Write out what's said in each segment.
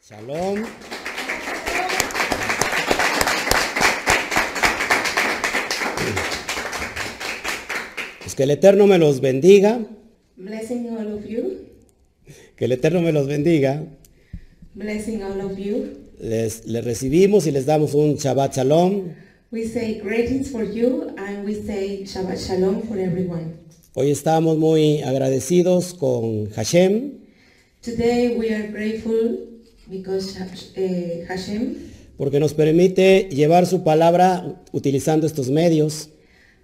Shalom. Pues que el Eterno me los bendiga, Blessing all of you. que el Eterno me los bendiga. Blessing all of you. Les, les recibimos y les damos un Shabbat Shalom. We say greetings for you and we say Shabbat Shalom for everyone. Hoy estamos muy agradecidos con Hashem Today we are grateful because uh, Hashem, porque nos permite llevar su palabra utilizando estos medios.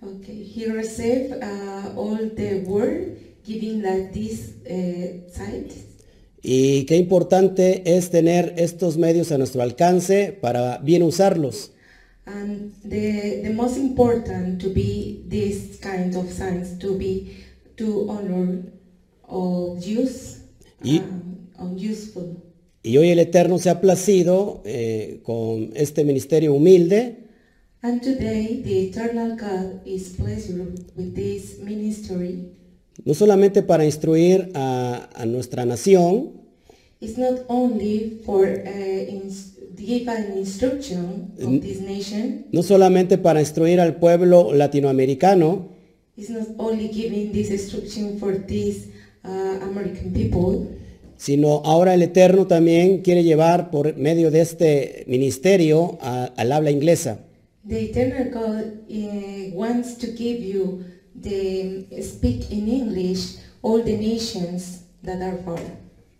okay, he received uh, all the word given like this uh, site. Y qué importante es tener estos medios a nuestro alcance para bien usarlos. And the, the most important to be this kind of signs to be to honor or use Y- um, or useful. Y hoy el Eterno se ha placido eh, con este ministerio humilde And today, the eternal God is pleased with this ministry. no solamente para instruir a, a nuestra nación, It's not only for uh, ins- give an instruction of this nation. no solamente para instruir al pueblo latinoamericano, It's not only giving this instruction for these uh, American people, sino ahora el Eterno también quiere llevar por medio de este ministerio a- al habla inglesa. The eternal God eh, wants to give you the speak in English all the nations that are far.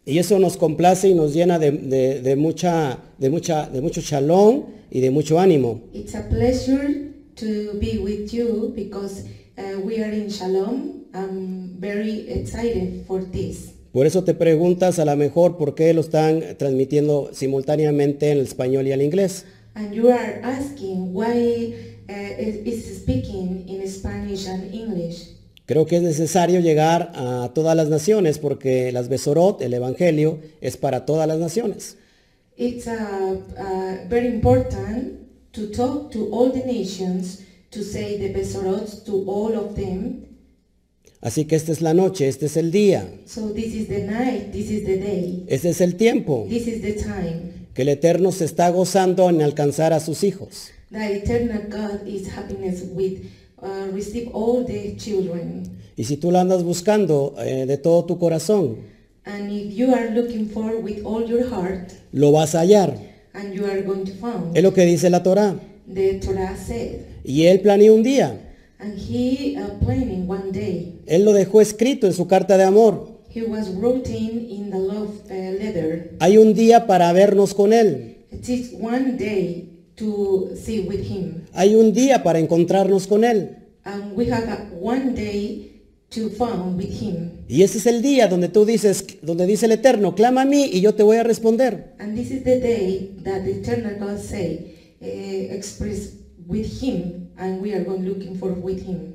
Y eso nos complace y nos llena de, de- de mucha, de, mucha, de mucho shalom y de mucho ánimo. It's a pleasure to be with you because uh, we are in Shalom. I'm very excited for this. Por eso te preguntas a lo mejor por qué lo están transmitiendo simultáneamente en el español y al inglés. And you are asking why uh, it- it's speaking in Spanish and English. Creo que es necesario llegar a todas las naciones porque las Besorot, el Evangelio, es para todas las naciones. It's uh, uh, very important to talk to all the nations, to say the Besorot to all of them. Así que esta es la noche, este es el día, So this is the night, this is the day, este es el tiempo this is the time. que el Eterno se está gozando en alcanzar a sus hijos. The eternal God is happiness with uh, receive all the children. Y si tú lo andas buscando eh, de todo tu corazón, And if you are looking for with all your heart, lo vas a hallar. and you are going to find, Es lo que dice la Torá. the Torah said. Y él planeó un día. And he uh, planning one day. Él lo dejó escrito en su carta de amor. He was writing in the love uh, letter. Hay un día para vernos con él. It is one day to see with him, Hay un día para encontrarnos con él. and we have a- one day to found with him. Y ese es el día donde tú dices, donde dice el Eterno, clama a mí y yo te voy a responder. And this is the day that the eternal God say, eh, express with him, and we are going looking for with him.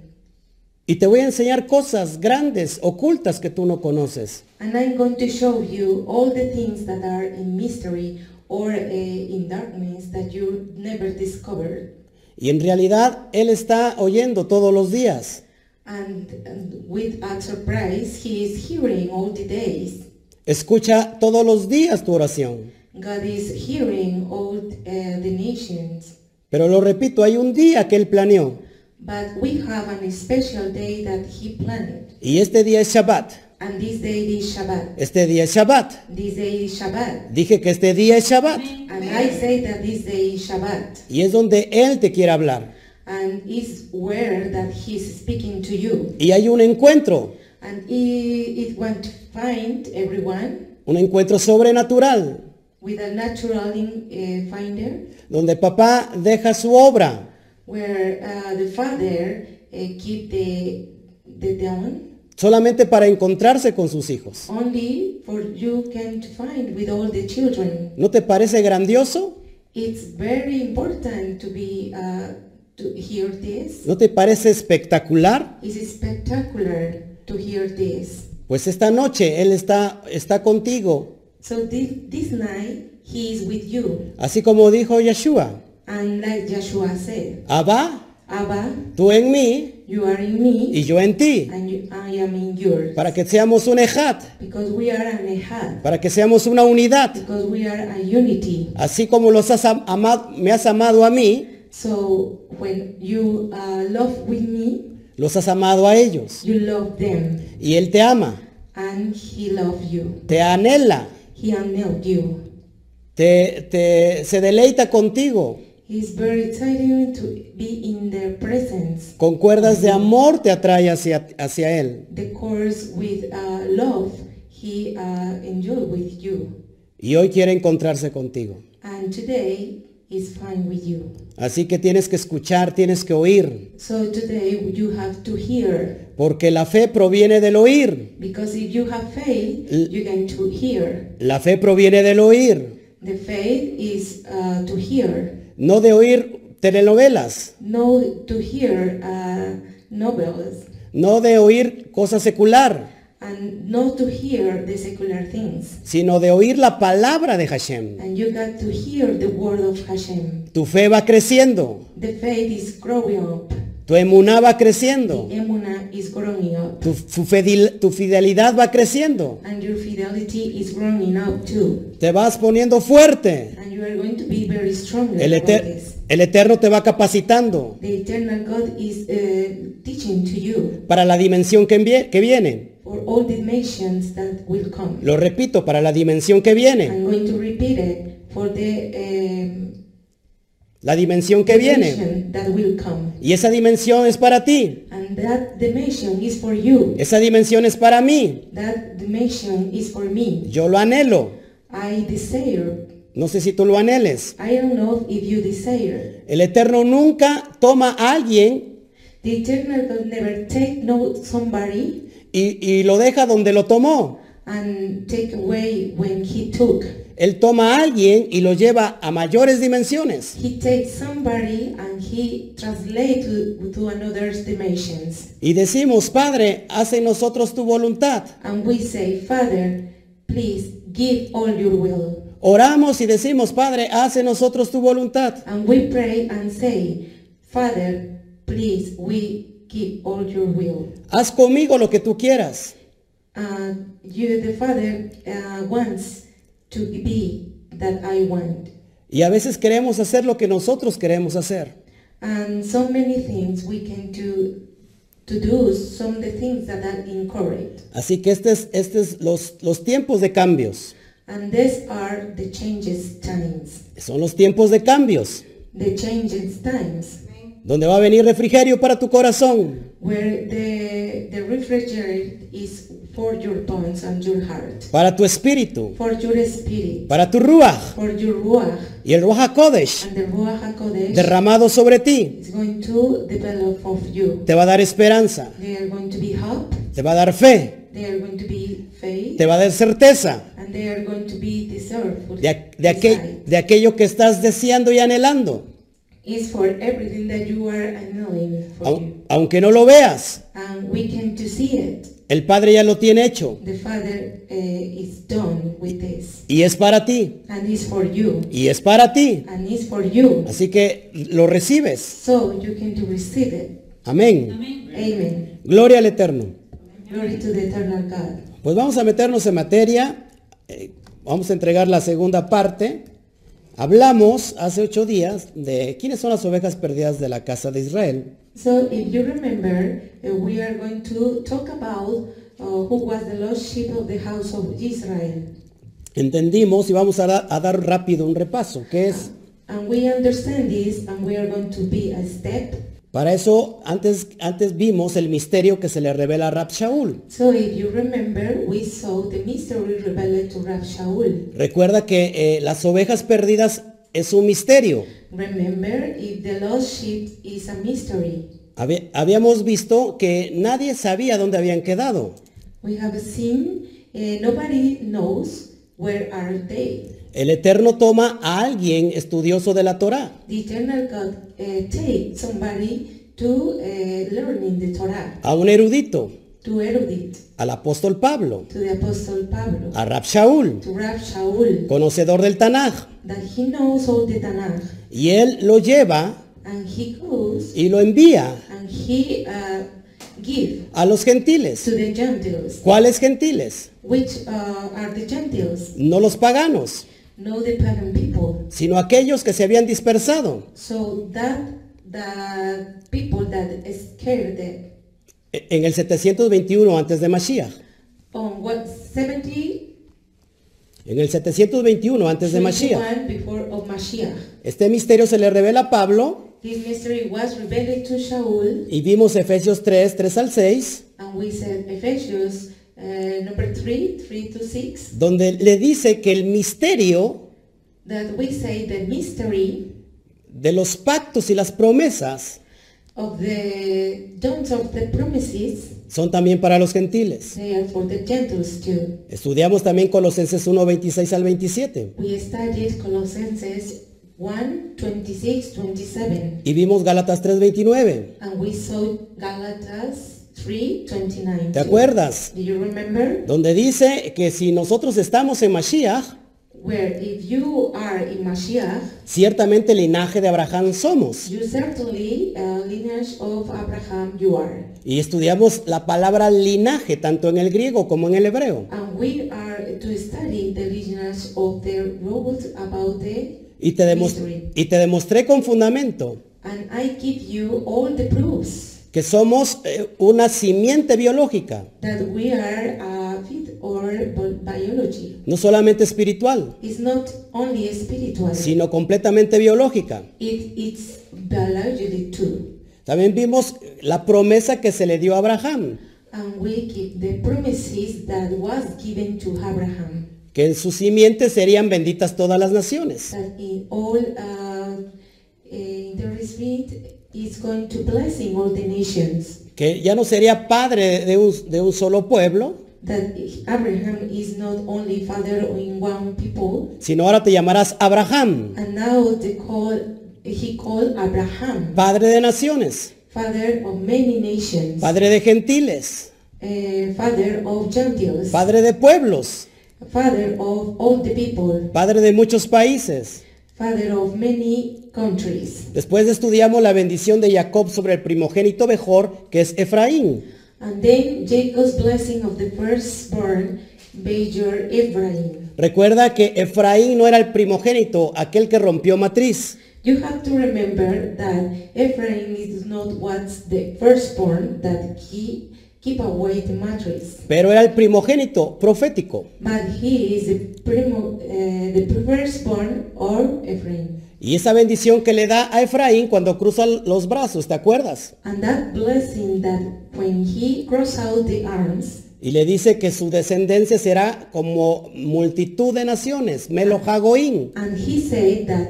Y te voy a enseñar cosas grandes, ocultas que tú no conoces. And I'm going to show you all the things that are in mystery or eh, in darkness that you never discovered. Y en realidad Él está oyendo todos los días. And, and with a surprise, he is hearing all the days. Escucha todos los días tu oración. God is hearing all uh, the nations, Pero lo repito, hay un día que Él planeó. but we have an special day that He planned, Y este día es Shabbat. and this day is Shabbat. Este día es Shabbat. This day is Shabbat, Dije que este día es Shabbat. and I say that this day is Shabbat, Y es donde Él te quiere hablar. and is where that He's speaking to you, Y hay un encuentro, and He is going to find everyone un encuentro sobrenatural, with a natural in, uh, finder, donde papá deja su obra. where uh, the Father uh, keep the the down. Solamente para encontrarse con sus hijos. only for you can find with all the children. ¿No te parece grandioso? It's very important to be uh, to hear this. ¿No te parece espectacular? It's spectacular to hear this. Pues esta noche Él está, está contigo. So this, this night he is with you, Así como dijo Yeshua, and like Joshua said, Abba, Abba, tú en mí You are in me y yo en ti, and you, I am in yours. para que seamos un ejat, Because we are an ehad. para que seamos una unidad. Because we are a unity. Así como los has am- ama- me has amado a mí, So when you uh, love with me, los has amado a ellos. you love them. Y Él te ama, And he loved you. te anhela, He unveiled you. te, te- se deleita contigo. He's very exciting to be in their presence. Con cuerdas de amor te atrae hacia, hacia Él. The course with uh, love he uh, enjoyed with you. Y hoy quiere encontrarse contigo. And today is fine with you. Así que tienes que escuchar, tienes que oír. So today you have to hear. Porque la fe proviene del oír. Because if you have faith, L- you can to hear. La fe proviene del oír. The faith is uh, to hear, No de oír telenovelas. no to hear uh, novels, No de oír cosa secular. and not to hear the secular things. Sino de oír la palabra de Hashem. And you got to hear the word of Hashem. Tu fe va creciendo. The faith is growing up. Tu emuná va The creciendo. emuna is growing up. Tu, tu fedil- tu fidelidad va creciendo. And your fidelity is growing up too. Te vas poniendo fuerte. And you are going to be very strong El, about Eter- this. el Eterno te va capacitando The eternal God is uh, teaching to you para la dimensión que, envie- que viene. for all dimensions that will come. Lo repito, para la dimensión que viene. I'm going to repeat it for the um, La dimensión que viene. dimension that will come. Y esa dimensión es para ti. And that dimension is for you. Esa dimensión es para mí. That dimension is for me. Yo lo anhelo. I desire. No sé si tú lo anheles. I don't know if you desire. El Eterno nunca toma a alguien The eternal God never take no somebody y, y lo deja donde lo tomó. and take away when he took. Él toma a alguien y lo lleva a mayores dimensiones. He takes somebody and he translate to, to another dimensions. Y decimos, Padre, haz en nosotros tu voluntad. And we say, Father, please give all your will. Oramos y decimos, Padre, haz en nosotros tu voluntad. And we pray and say, Father, please, we keep all your will. Haz conmigo lo que tú quieras. Uh, you, the Father, uh, wants to be that I want. Y a veces queremos hacer lo que nosotros queremos hacer. And so many things we can do to do some of the things that are incorrect. Así que este es, este es los, los tiempos de cambios. And these are the changes times. Son los tiempos de cambios. The changes times Donde va a venir refrigerio para tu corazón. where the, the refrigerator is for your bones and your heart, Para tu espíritu. for your spirit, Para tu ruach. for your ruach, Y el ruach HaKodesh And the Ruach HaKodesh derramado sobre ti. is going to develop of you. Te va a dar esperanza. They are going to be hope, Te va a dar fe. they are going to be faith, Te va a dar certeza. and they are going to be deserved. De, aqu- de aquel- de aquello que estás deseando y anhelando. Is for everything that you are annoying for you. Au- aunque no lo veas. And we can to see it. El Padre ya lo tiene hecho. The Father uh, is done with this. Y es para ti. And it's for you. Y es para ti. And it's for you. Así que lo recibes. So you can to receive it. Amén. Amen. Gloria al Eterno. Glory to the eternal God. Pues vamos a meternos en materia. eh, vamos a entregar la segunda parte. Hablamos hace ocho días de quiénes son las ovejas perdidas de la casa de Israel. So if you remember, uh, we are going to talk about uh, who was the lost sheep of the house of Israel. Entendimos y vamos a, da- a dar rápido un repaso, que es, And we understand this and we are going to be a step. para eso antes, antes vimos el misterio que se le revela a Rab Shaul. So if you remember, we saw the mystery revealed to Rab Shaul. Recuerda que eh, las ovejas perdidas es un misterio. Remember, if the lost sheep is a mystery, Habe- habíamos visto que nadie sabía dónde habían quedado. we have seen uh, nobody knows where are they. El Eterno toma a alguien estudioso de la Torá. The eternal God uh, takes somebody to uh, learning the Torah, a un erudito, to erudite. al apóstol Pablo, to the Apostle Pablo, a Rab Shaul, to Rab Shaul, conocedor del Tanaj, that he knows all the Tanakh, y él lo lleva and he goes y lo envía and he uh, give a los gentiles. to the Gentiles, ¿Cuáles gentiles? which uh, are the Gentiles, No los paganos, no the pagan people. sino aquellos que se habían dispersado. So that the people that scared them E- En el 721 antes de Mashiach. on what 70 En el 721 antes de Mashiach. 21 before of Mashiach. Este misterio se le revela a Pablo This mystery was revealed to Shaul, y vimos Efesios 3, 3 al 6, and we said Ephesians uh, number 3, 3 to 6, donde le dice que el misterio that we say the mystery de los pactos y las promesas of the don't of the promises, son también para los gentiles. they are for the Gentiles too. Estudiamos también Colosenses 1, 26 al 27 We studied Colossians 1, 26, 27, y vimos Gálatas 3, 29. and we saw Galatas 3, 29. ¿Te acuerdas? Do you remember? Donde dice que si nosotros estamos en Mashiach, Where if you are in Mashiach, ciertamente linaje de Abraham somos. You certainly a lineage of Abraham you are. Y estudiamos la palabra linaje tanto en el griego como en el hebreo. And we are to study the lineage of the robot about the Y te, demos- Mystery. y te demostré con fundamento and I give you all the proofs que somos eh, una simiente biológica, that we are a fit or bi- biology. no solamente espiritual, It's not only spiritual, sino completamente biológica. it, it's biologically too. También vimos la promesa que se le dio a Abraham, And we give the promises that was given to Abraham, que en su simiente serían benditas todas las naciones. that in all uh, eh, the respect is going to blessing all the nations. Que ya no sería padre de un, de un solo pueblo, that Abraham is not only father in one people, sino ahora te llamarás Abraham, and now they call he called Abraham padre de naciones, father of many nations, padre de gentiles, eh, father of Gentiles, padre de pueblos, father of all the people, padre de muchos países. father of many countries. Después estudiamos la bendición de Jacob sobre el primogénito mejor, que es Efraín. And then Jacob's blessing of the firstborn, Major Ephraim. Recuerda que Efraín no era el primogénito, aquel que rompió matriz, You have to remember that Ephraim is not what's the firstborn that he keep away the matrix. pero era el primogénito profético. But he is the, primo, uh, the firstborn or Ephraim. Y esa bendición que le da a Efraín cuando cruza los brazos, ¿te acuerdas? And that blessing that when he crossed out the arms, Y le dice que su descendencia será como multitud de naciones, Melojagoín. and he said that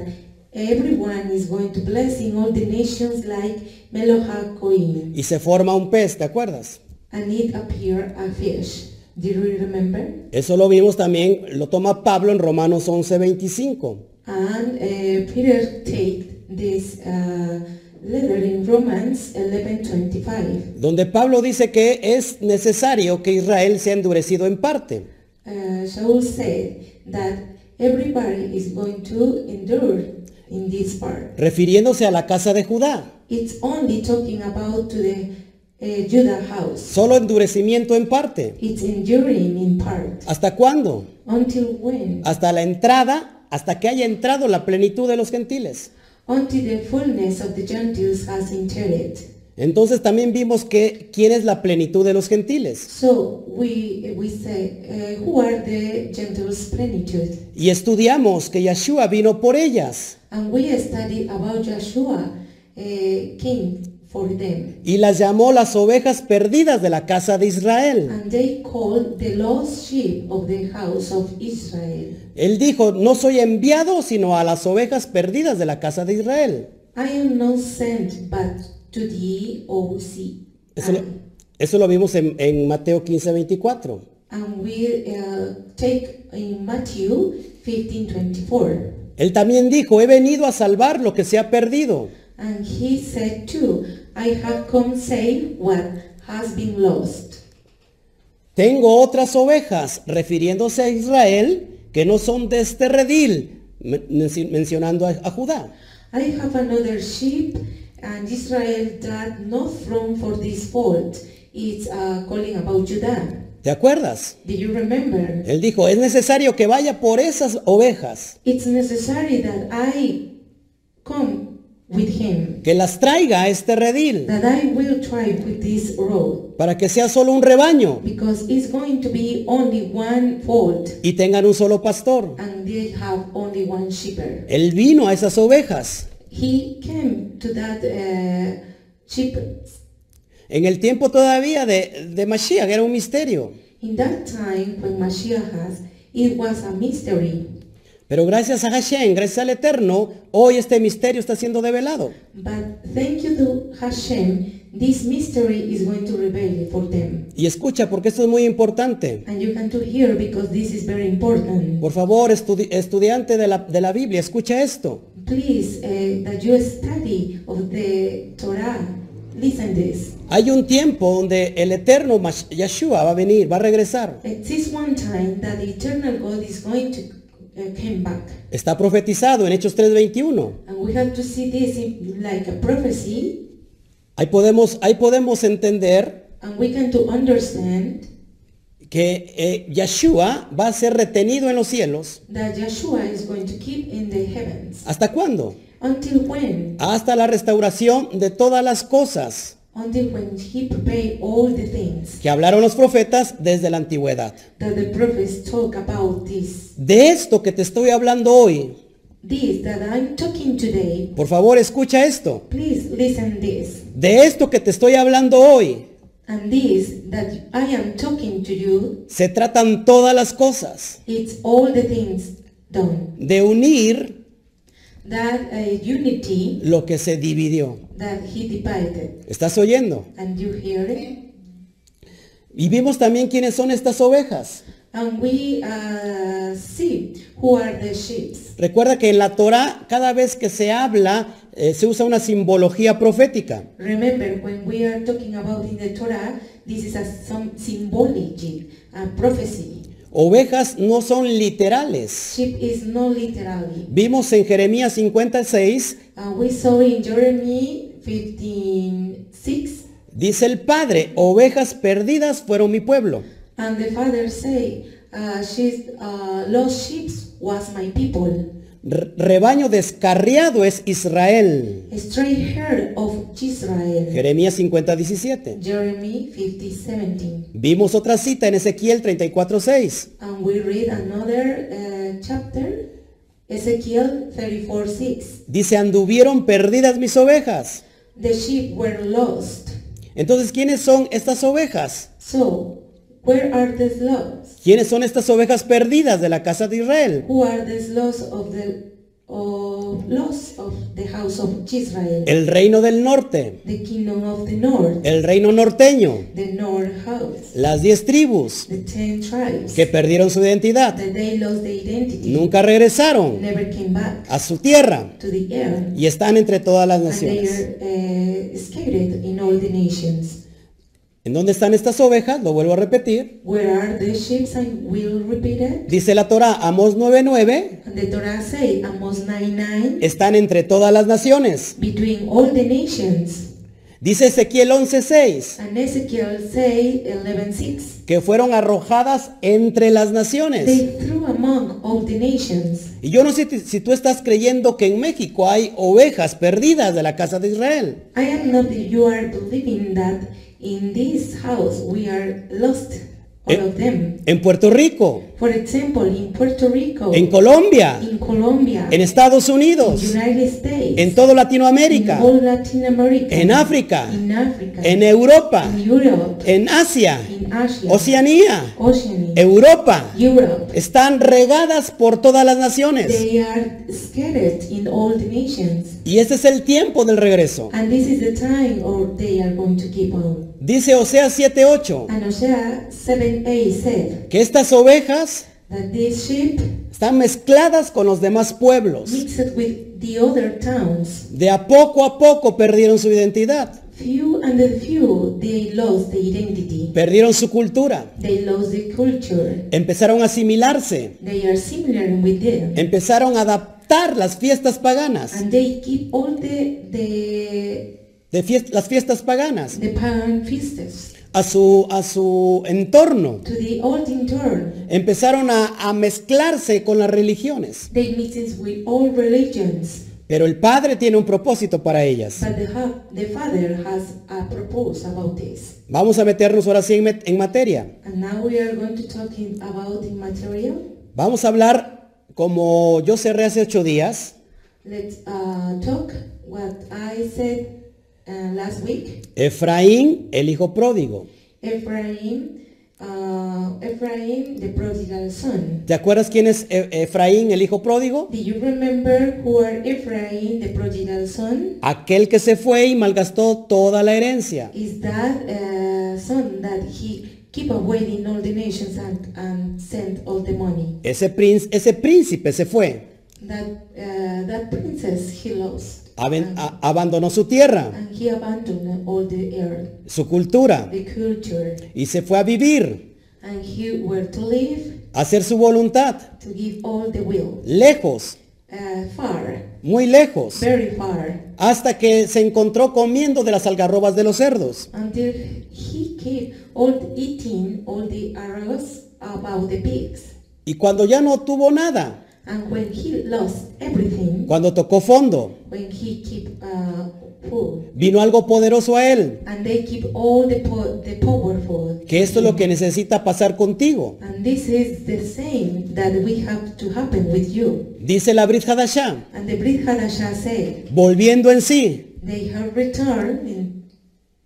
everyone is going to blessing all the nations like Meloha Koim. Y se forma un pez, ¿te acuerdas? And it appeared a fish. Do you remember? Eso lo vimos también, lo toma Pablo en Romanos 11:25. And uh, Peter take this uh, letter in Romans 11.25. donde Pablo dice que es necesario que Israel sea endurecido en parte, Uh, Shaul said that everybody is going to endure in this part. refiriéndose a la casa de Judá. It's only talking about to the uh, Judah house. Solo endurecimiento en parte. It's enduring in part. ¿Hasta cuándo? Until when? Hasta la entrada, hasta que haya entrado la plenitud de los gentiles. Until the fullness of the Gentiles has entered. Entonces también vimos que quién es la plenitud de los gentiles. So we we say, uh, who are the Gentiles' plenitude? Y estudiamos que Yeshua vino por ellas And we study about Joshua, a king for them. y las llamó las ovejas perdidas de la casa de Israel. And they called the lost sheep of the house of Israel. Él dijo, no soy enviado sino a las ovejas perdidas de la casa de Israel. I am not sent but to the OC. Eso lo, eso lo vimos en, en Mateo 15, 24. And we uh, take in Matthew 15:24. Él también dijo, he venido a salvar lo que se ha perdido. And he said too, I have come save what has been lost. Tengo otras ovejas, refiriéndose a Israel, que no son de este redil, men- menci- mencionando a, a Judá. I have another sheep uh, And Israel doth not from for this fault. It's uh, calling about Judah. ¿Te acuerdas? Do you remember? Él dijo, es necesario que vaya por esas ovejas, It's necessary that I come with him, que las traiga a este redil, that I will try with this road, para que sea solo un rebaño because it's going to be only one fold, y tengan un solo pastor. and they have only one shepherd. Él vino a esas ovejas. He came to that uh, shepherd. En el tiempo todavía de, de Mashiach era un misterio. In that time when Mashiach has, it was a mystery. Pero gracias a Hashem, gracias al Eterno, hoy este misterio está siendo develado. But thank you to Hashem, this mystery is going to reveal it for them. Y escucha, porque esto es muy importante. And you can to hear because this is very important. Por favor, estudi- estudiante de la, de la Biblia, escucha esto. Please, eh, that you study of the Torah, listen this. Hay un tiempo donde el Eterno Mash- Yeshua va a venir, va a regresar. Exists one time that the eternal God is going to uh, come back. Está profetizado en Hechos 3:21. And we have to see this in, like a prophecy, Ahí podemos, ahí podemos entender and we can to understand que eh, Yeshua va a ser retenido en los cielos. that Yeshua is going to keep in the heavens. ¿Hasta cuándo? Until when? Hasta la restauración de todas las cosas Until when he prepared all the things que hablaron los profetas desde la antigüedad. that the prophets talk about this. De esto que te estoy hablando hoy, This that I'm talking today, por favor escucha esto. please listen this. De esto que te estoy hablando hoy, And this that I am talking to you, se tratan todas las cosas it's all the things done. de unir That uh, unity lo que se dividió. that he divided. ¿Estás oyendo? And you hear it? Y vimos también quiénes son estas ovejas. And we uh, see who are the sheep. Recuerda que en la Torá cada vez que se habla eh, se usa una simbología profética. Remember, when we are talking about in the Torah, this is a some symbology, a prophecy. Ovejas no son literales. Sheep is not literally. Vimos en Jeremías 56, Uh, we saw in Jeremy 15, 6, dice el Padre, ovejas perdidas fueron mi pueblo. and the father say, uh, she's, uh, lost sheep was my people. Re- Rebaño descarriado es Israel. A stray herd of Israel. Jeremías 50, 17. Jeremy 50, 17. Vimos otra cita en Ezequiel 34, 6. And we read another uh, chapter, Ezekiel 34, 6. Dice, anduvieron perdidas mis ovejas. The sheep were lost. Entonces, ¿quiénes son estas ovejas? So, where are the lost? ¿Quiénes son estas ovejas perdidas de la casa de Israel? Who are the lost of the of lost of the house of Israel? El reino del norte, The kingdom of the north, el reino norteño, the north house, las diez tribus the ten tribes. que perdieron su identidad, That they lost the identity, nunca regresaron never came back a su tierra to the air, y están entre todas las and they naciones. are uh, scattered in all the nations. ¿En dónde están estas ovejas? Lo vuelvo a repetir. Where are the sheep? I will repeat it. Dice la Torah, Amos 9:9, And the Torah say, Amos 9 9, están entre todas las naciones. between all the nations. Dice Ezequiel 11:6, And Ezekiel say 11:6, que fueron arrojadas entre las naciones. they threw among all the nations. Y yo no sé ti- si tú estás creyendo que en México hay ovejas perdidas de la casa de Israel. I am not that you are believing that in this house we are lost, all Eh. of them. En Puerto Rico, For example, in Puerto Rico, en Colombia, in Colombia, en Estados in Unidos, United States, en todo in Latinoamérica, all Latin America, en África, in Africa, en Europa, in Europe, en Asia, in Asia, Oceanía, Oceania, Europa. Europe. Están regadas por todas las naciones. They are scattered in all the nations. Y este es el tiempo del regreso. And this is the time or they are going to keep on. Dice Oseas 7:8 And Hosea 7a said que estas ovejas that this sheep están mezcladas con los demás pueblos. mixed with the other towns. De a poco a poco perdieron su identidad, Few and the few, they lost the identity. perdieron su cultura, They lost the culture. empezaron a asimilarse, They are similar with them. empezaron a adap- captar las fiestas paganas, and they keep all the the de fies- las fiestas paganas, the pagan feasts a su, a su entorno. to the old intern. Empezaron a, a mezclarse con las religiones, They mixes with all religions, pero el Padre tiene un propósito para ellas. but the ha- the father has a propose about this. Vamos a meternos ahora sí en, met- en materia. And now we are going to talking about the material. Vamos a hablar, como yo cerré hace ocho días, Let's uh, talk what I said uh, last week. Efraín, el hijo pródigo. Ephraim, uh, Ephraim, the prodigal son. ¿Te acuerdas quién es E- Efraín, el hijo pródigo? Do you remember who are Ephraim, the prodigal son? Aquel que se fue y malgastó toda la herencia. is that uh, son that he keep away in all the nations and, and sent all the money Ese, princ- ese príncipe se fue, that uh, that princess he lost aben- a- abandonó su tierra, and he abandoned all the earth su cultura, the culture y se fue a vivir, and he were to live a hacer su voluntad, to give all the will lejos, uh, far muy lejos, very far hasta que se encontró comiendo de las algarrobas de los cerdos. until he keep all eating all the arrows about the pigs Y cuando ya no tuvo nada, and when he lost everything cuando tocó fondo, when he keep uh, full vino algo poderoso a él, and they keep all the, po- the powerful. que esto es lo que necesita pasar contigo. And this is the same that we have to happen with you. Dice la Brit Hadashah, And the Brit Hadashah said, volviendo en sí, they have returned, in-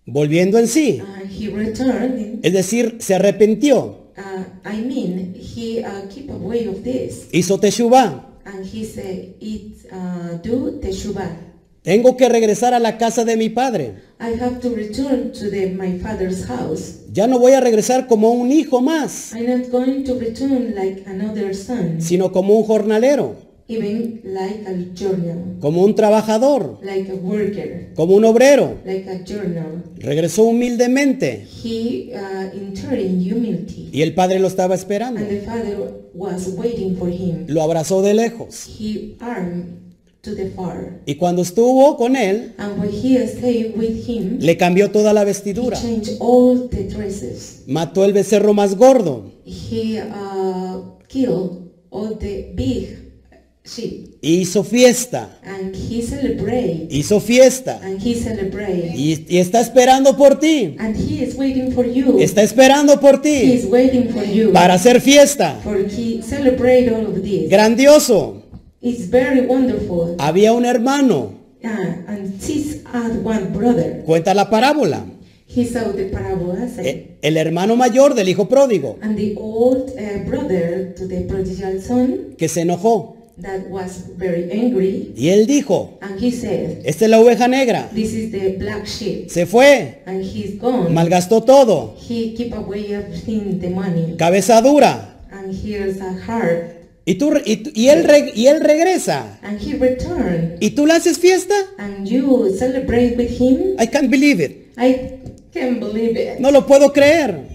volviendo en sí. uh, he returned, in- Es decir, se arrepintió, uh, I mean, he uh, keep away of this. hizo Teshuvah. And he said, it uh, do teshuvah. Tengo que regresar a la casa de mi padre. I have to return to the, my father's house. Ya no voy a regresar como un hijo más, I'm not going to return like another son, sino como un jornalero, even like a journal, como un trabajador, like a worker, como un obrero. like a journal. Regresó humildemente He uh, entered in humility, y el padre lo estaba and esperando. the father was waiting for him. Lo abrazó de lejos. He armed to the far, Y cuando estuvo con él, and when he stayed with him, le cambió toda la he vestidura. changed all the dresses. Mató el becerro más gordo He uh, killed all the big sheep, y hizo fiesta. and he celebrate, Hizo fiesta. and he celebrate, Y, y está esperando por ti. and he is waiting for you. Está esperando por He ti is waiting for you. para hacer fiesta. For he celebrate all of this. Grandioso. It's very wonderful. Había un hermano. Uh, and this had one brother. Cuenta la parábola. He saw the parabola say, E- El hermano mayor del hijo pródigo and the old uh, brother to the prodigal son que se enojó. that was very angry, Y él dijo, and he said, esta es la oveja negra. "This is the black sheep, Se fue. and he's gone. Malgastó todo. he keep away everything, the money, Cabeza dura. and here's a heart, Y, tú, re- y, tú- y él, re- y él regresa. and he returned, ¿Y tú le haces fiesta? and you celebrate with him. I can't believe it. I can't believe it. No lo puedo creer.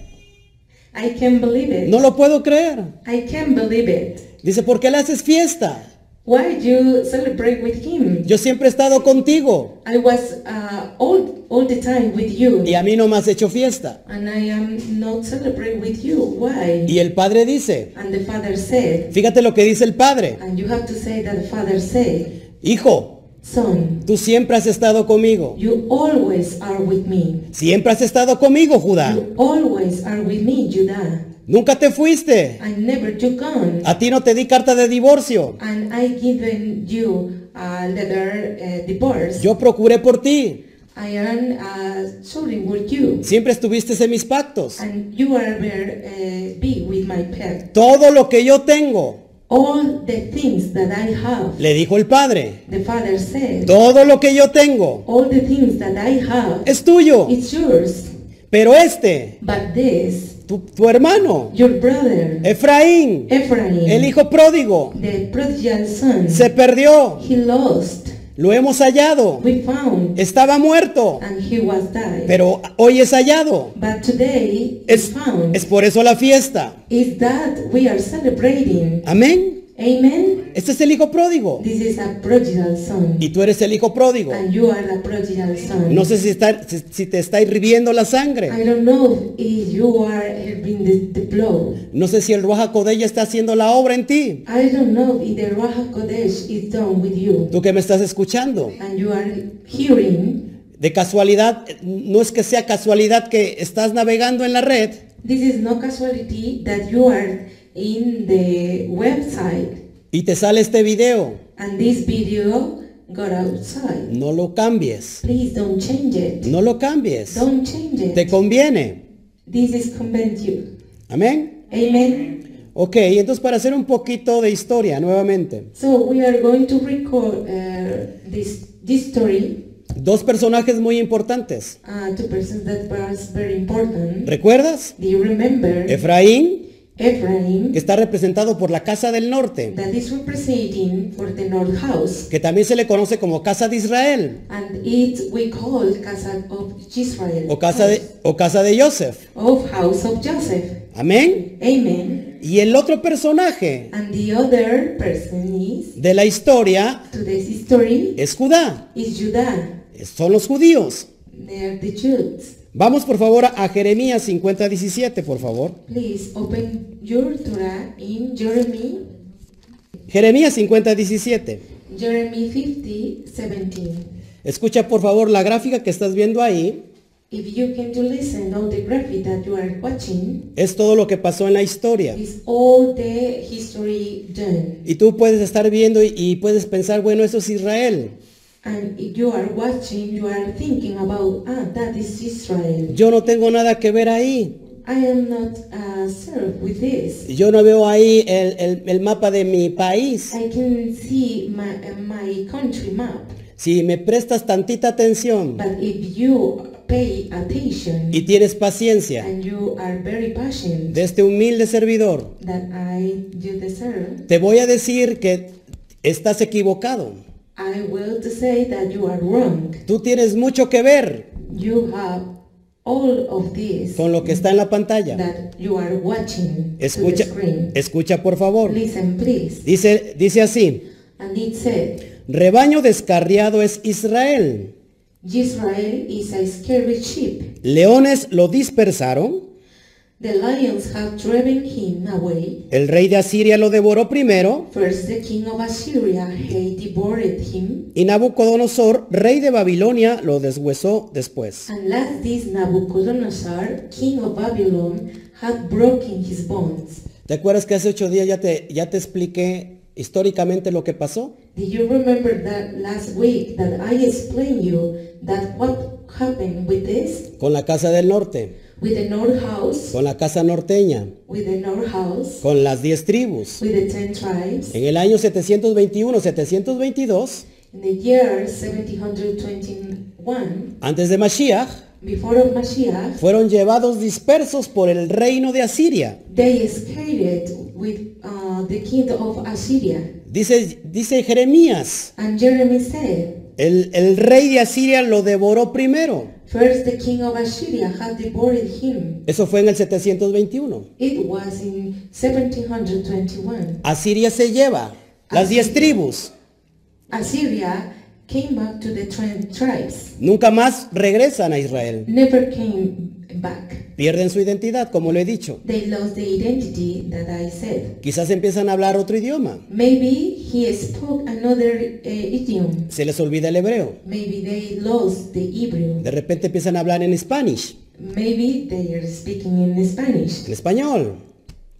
I can't believe it. No lo puedo creer. I can't believe it. Dice, ¿por qué le haces fiesta? Why you celebrate with him?" Yo siempre he estado contigo I was uh, all all the time with you, y a mí no me has hecho fiesta. and I am not celebrating with you. Why? Y el padre dice, And the father said, fíjate lo que dice el padre. and you have to say that the father said, Hijo, son, tú siempre has estado conmigo. you always are with me. Siempre has estado conmigo, Judá. You always are with me, Judah. Nunca te fuiste. I never took on, A ti no te di carta de divorcio. and I given you a letter uh, divorce. Yo procuré por ti. I am uh, sorry with you, Siempre estuviste en mis pactos. and you are very uh, be with my pet. Todo lo que yo tengo, All the things that I have. le dijo el padre. The father said, Todo lo que yo tengo All the things that I have, es tuyo. it's yours. Pero este, But this, tu, tu hermano, your brother, Efraín, el Ephraim, hijo pródigo, the prodigal son, se perdió. he lost, Lo hemos hallado. we found, Estaba muerto, and he was died. pero hoy es hallado. But today, Es, it's found. es por eso la fiesta. Is that we are celebrating. Amén. Amen. Este es el hijo pródigo. This is a prodigal son, Y tú eres el hijo pródigo. and you are the prodigal son. No sé si, está- si- si te está hirviendo la sangre. I don't know if you are helping the, the blow. No sé si el Ruaja Codella está haciendo la obra en ti. I don't know if the Ruach Kodesh is done with you, Tú que me estás escuchando. and you are hearing. De casualidad, eh, no es que sea casualidad que estás navegando en la red This is no casualty that you are in the website, y te sale este video. and this video got outside. No lo cambies. Please don't change it. No lo cambies. Don't change Te it. conviene. This is commend you. Amén. Amen. Ok, entonces para hacer un poquito de historia nuevamente. So we are going to record uh, this this story. Dos personajes muy importantes. Uh, two persons that was very important. ¿Recuerdas? Do you remember Efraín, Ephraim que está representado por la Casa del Norte, that is representing for the North House, que también se le conoce como Casa de Israel and it we call Casa of Israel, o Casa de, o casa de Joseph. of House of Joseph. Amén. Amen. Y el otro personaje And the other person is de la historia today's story es Judá. is Judah. Son los judíos. They are the Jews. Vamos por favor a Jeremías 50, 17, por favor. Please open your Torah in Jeremy, Jeremías 50, 17. Jeremy 50, 17. Escucha por favor la gráfica que estás viendo ahí. If you can to listen all the graphic that you are watching, Es todo lo que pasó en la historia. is all the history done. Y tú puedes estar viendo y, y puedes pensar, bueno, eso es Israel. And if you are watching, you are thinking about, ah, that is Israel. Yo no tengo nada que ver ahí. I am not uh, served with this. Yo no veo ahí el, el- el mapa de mi país. I can see my, uh, my country map, Si me prestas tantita atención but if you pay attention y tienes paciencia and you are very patient, de este humilde servidor, that I do deserve, te voy a decir que estás equivocado. I will to say that you are wrong. Tú tienes mucho que ver You have all of this con lo que está en la pantalla. that you are watching to the Escucha, screen. escucha por favor. Listen, please. Dice, dice así, And it said, rebaño descarriado es Israel. Israel is a scary sheep. Leones lo dispersaron, The lions have driven him away. el rey de Asiria lo devoró primero First, the king of Assyria he devoured him, y Nabucodonosor, rey de Babilonia, lo deshuesó después. and last, this Nabucodonosor, king of Babylon, had broken his bones. ¿Te acuerdas que hace ocho días ya te, ya te expliqué históricamente lo que pasó? Do you remember that last week that I explained you that what happened with this, Con la casa del norte, with the north house, con la casa norteña, with the north house, con las diez tribus. with the ten tribes? En el año 721-722, In the year 1721, antes de Mashiach, Before of Mashiach, fueron llevados dispersos por el reino de Asiria. they escaped with uh, the king of Assyria. Dice, dice Jeremías, And Jeremy said, el, el rey de Asiria lo devoró primero. First the king of Assyria had devoured him. Eso fue en el 721. It was in 1721. Asiria se lleva las diez tribus. Assyria came back to the ten tribes, Nunca más regresan a Israel. never came back. Pierden su identidad, como lo he dicho. They lost the identity that I said. Quizás empiezan a hablar otro idioma. Maybe he spoke another uh, idiom. Se les olvida el hebreo. Maybe they lost the Hebrew. De repente empiezan a hablar en Spanish, Maybe they are speaking in Spanish. en español.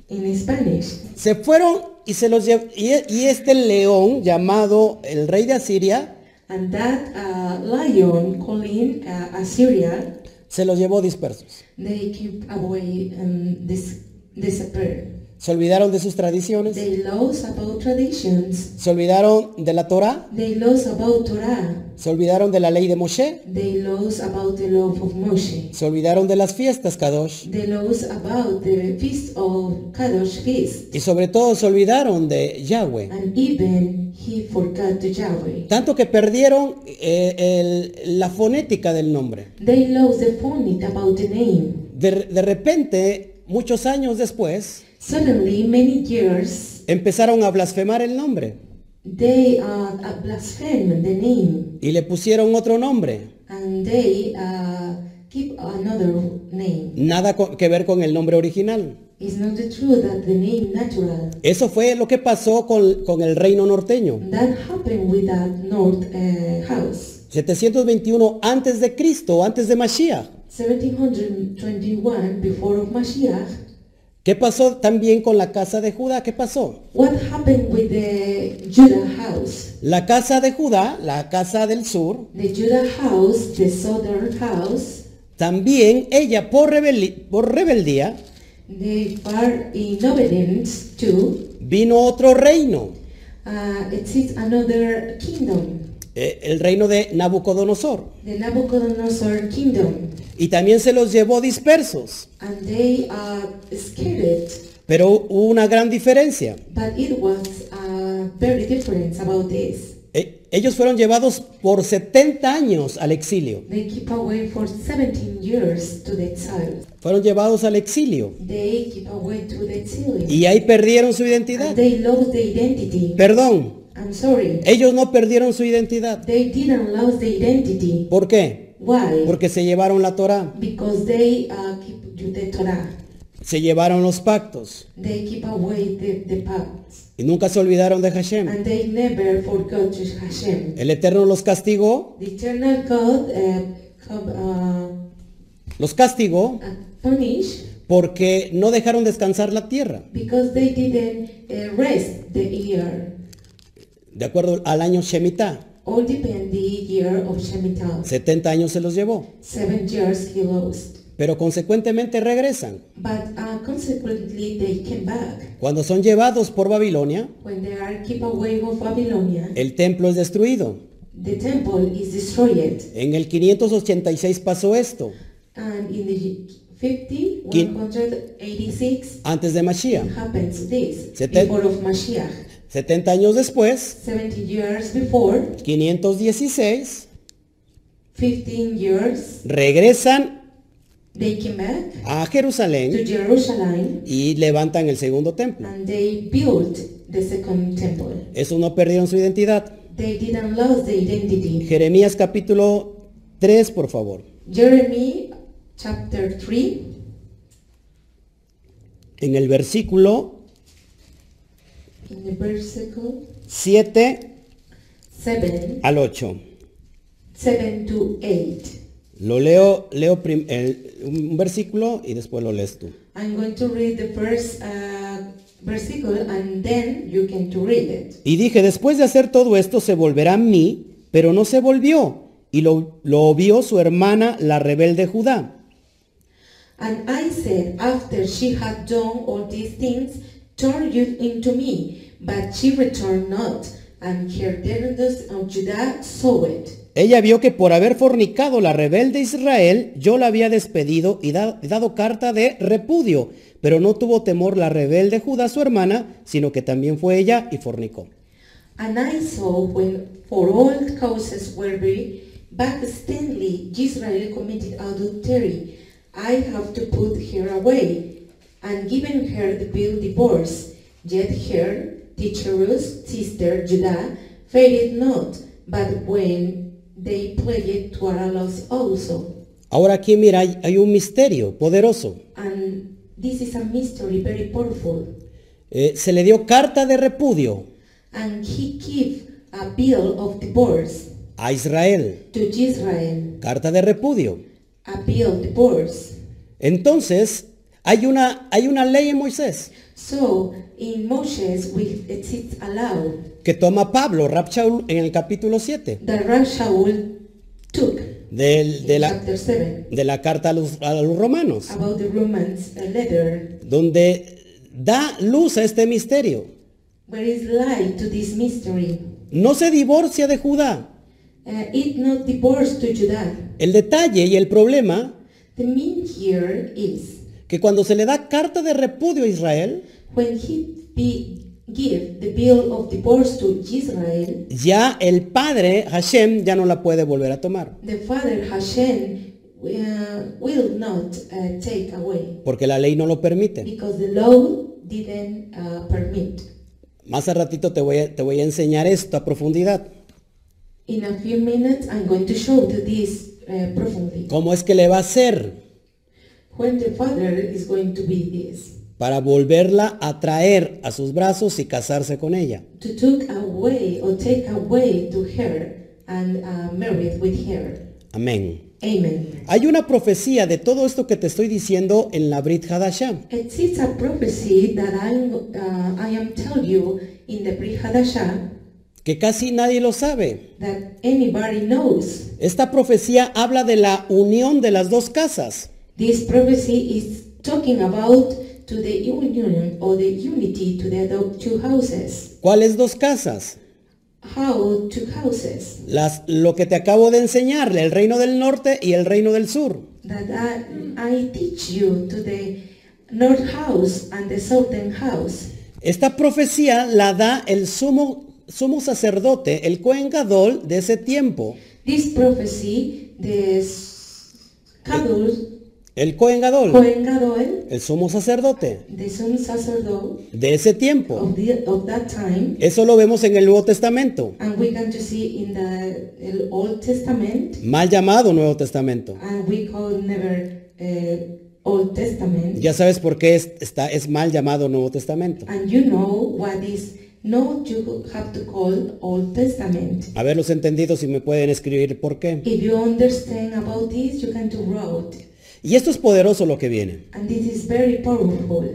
in Spanish. Se fueron y se los llev- y, e- y este león llamado el rey de Asiria And that uh, lion calling uh, Assyria, se los llevó dispersos. they keep away um, and dis- disappear. Se olvidaron de sus tradiciones, They lost about traditions. se olvidaron de la Torá, They lost about Torah. se olvidaron de la ley de Moshe, They lost about the love of Moshe. se olvidaron de las fiestas Kadosh They lost about the feast of Kadosh feast. y sobre todo se olvidaron de Yahweh. And even he forgot the Yahweh. Tanto que perdieron eh, el- la fonética del nombre. They lost the phonic about the name. De, de repente muchos años después, Suddenly, many years, empezaron a blasfemar el nombre they uh, blaspheme the name y le pusieron otro nombre, and they uh, keep another name. nada co- que ver con el nombre original. It's not the truth that the name natural. Eso fue lo que pasó con, con el reino norteño. That happened with that North uh, House. 721 antes de Cristo, antes de Mashiach. 1721 before of Mashiach, ¿Qué pasó también con la casa de Judá? ¿Qué pasó? what happened with the Judah house? La casa de Judá, la casa del sur, The Judah house, the southern house, también ella por, rebeli- por rebeldía they are in obedience to, vino otro reino, uh, it is another kingdom, eh, el reino de Nabucodonosor. the Nabucodonosor kingdom, Y también se los llevó dispersos. and they are scared. Pero hubo una gran diferencia. But it was uh, very different about this. Eh, ellos fueron llevados por 70 años al exilio. They keep away for 17 years to the exile. Fueron llevados al exilio. They keep away to the exile. Y ahí perdieron su And identidad. they lost the identity. Perdón, I'm sorry. ellos no perdieron su identidad. They didn't lose the identity. ¿Por qué? Why? Porque se llevaron la Torá, Because they uh, keep the Torah. se llevaron los pactos They keep away the, the past. y nunca se olvidaron de Hashem. And they never forgot to Hashem. El Eterno los castigó, The eternal God uh, come, uh, los castigó uh, punish porque no dejaron descansar la tierra, because they didn't uh, rest the year. de acuerdo al año Shemitah. All depend the year of Shemitah. 70 años se los llevó, Seven years he lost. pero consecuentemente regresan. But uh, consequently they came back. Cuando son llevados por Babilonia, When they are keep away of Babylonia, el templo es destruido. the temple is destroyed. En el 586 pasó esto, And in the 50, Quin- 186, antes de it Mashiach. happens this Seten- before of Mashiach. 70 años después, 70 years before, 516, 15 years, regresan they came back a Jerusalén to Jerusalem y levantan el segundo templo. and they built the second temple. Esos no perdieron su identidad. They didn't lose the identity. Jeremías capítulo 3, por favor. Jeremy chapter 3, En el versículo in the versículo 7 7, al 8. 7 to 8. Lo leo, leo prim- el- un versículo y después lo lees tú. I'm going to read the first uh, versículo and then you can to read it. Y dije, después de hacer todo esto se volverá a mí, pero no se volvió. Y lo, lo vio su hermana, la rebelde Judá. And I said, after she had done all these things, turn you into me. But she returned not, and her descendants of Judah saw it. Ella vio que por haber fornicado la rebelde Israel, yo la había despedido y da- dado carta de repudio, pero no tuvo temor la rebelde Judá, su hermana, sino que también fue ella y fornicó. And I saw when for all causes were very backstandly Israel committed adultery. I have to put her away, and given her the bill divorce. Yet her teacher's sister Judah failed not, but when they pledged to our loss also. Ahora aquí mira, hay, hay un misterio poderoso. And this is a mystery very powerful. Eh, se le dio carta de repudio And he gave a bill of divorce a Israel, to Israel, carta de repudio. a bill of divorce. Entonces, hay una, hay una ley en Moisés So in Moses, we, it is allowed que toma Pablo, Rab Shaul, en el capítulo 7 that Rav Shaul took del- de, in la, chapter 7 de la carta a los- a los romanos. about the Romans a letter donde da luz a este misterio. where is light to this mystery. No se divorcia de Judá. Uh, it not divorced to Judah. El detalle y el problema The mean here is que cuando se le da carta de repudio a Israel, when he be, give the bill of divorce to Israel, ya el padre Hashem ya no la puede volver a tomar. the father Hashem uh, will not uh, take away porque la ley no lo permite. because the law didn't uh, permit. Más a ratito te voy a, te voy a enseñar esto a profundidad. In a few minutes, I'm going to show you this uh, profoundly. ¿Cómo es que le va a hacer When the father is going to be this, para volverla a traer a sus brazos y casarse con ella? to take away or take away to her and uh, married with her. Amén. Amen. Hay una profecía de todo esto que te estoy diciendo en la Brit Hadashah. It is a prophecy that I'm, uh, I am tell you in the Brit Hadashah que casi nadie lo sabe. that anybody knows. Esta profecía habla de la unión de las dos casas. This prophecy is talking about to the union or the unity to the do- two houses. ¿Cuáles dos casas? How two houses? Las, lo que te acabo de enseñarle, el reino del norte y el reino del sur. That I, I teach you to the north house and the southern house. Esta profecía la da el sumo, sumo sacerdote, el Cohen Gadol de ese tiempo. This prophecy, the Kadul, El Cohen Gadol, Kohen Gadol, el sumo sacerdote the son sacerdote de ese tiempo. of, the, of that time, Eso lo vemos en el Nuevo Testamento, and we can to see in the el Old Testament, mal llamado Nuevo Testamento. and we call never uh, Old Testament, Ya sabes por qué es, está, es mal llamado Nuevo Testamento. and you know what is no you have to call Old Testament. A ver los entendidos si me pueden escribir por qué. If you understand about this, you can do road, Y esto es poderoso lo que viene. and this is very powerful.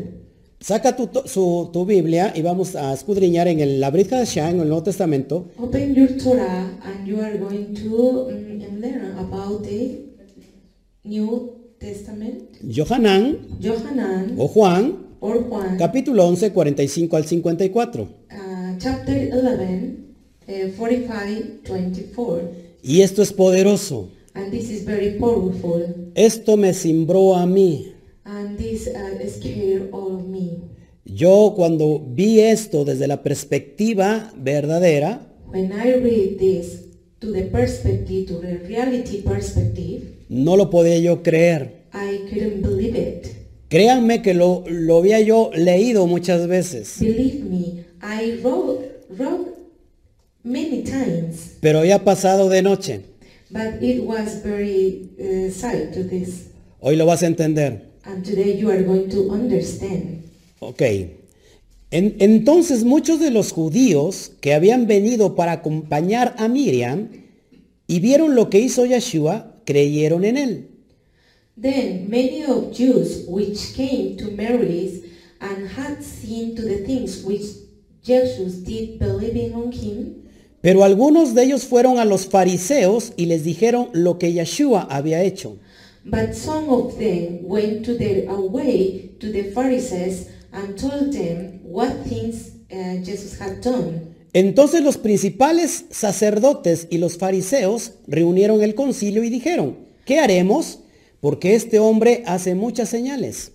Saca tu, to- su- tu Biblia y vamos a escudriñar en el, la Brit Hadashah, en el Nuevo Testamento, Open your Torah and you are going to mm, and learn about the New Testament, Johanán Johanan o Juan, or Juan, capítulo 11, 45 al 54. uh, chapter 11, uh, 45, 24. Y esto es poderoso. And this is very powerful Esto me cimbró a mí. and this uh, scared all of me. Yo cuando vi esto desde la perspectiva verdadera, When I read this to the perspective, to the reality perspective, no lo podía yo creer. I couldn't believe it. Créanme que lo, lo había yo leído muchas veces, Believe me, I wrote, wrote many times. pero había pasado de noche. But it was very uh, sad to this. Hoy lo vas a entender. And today you are going to understand. Ok. En- entonces muchos de los judíos que habían venido para acompañar a Miriam y vieron lo que hizo Yeshua, creyeron en él. Then many of Jews which came to Mary's and had seen to the things which Jesus did believing on him, Pero algunos de ellos fueron a los fariseos y les dijeron lo que Yeshua había hecho. but some of them went to their away to the Pharisees and told them what things uh, Jesus had done. Entonces los principales sacerdotes y los fariseos reunieron el concilio y dijeron, ¿qué haremos? Porque este hombre hace muchas señales.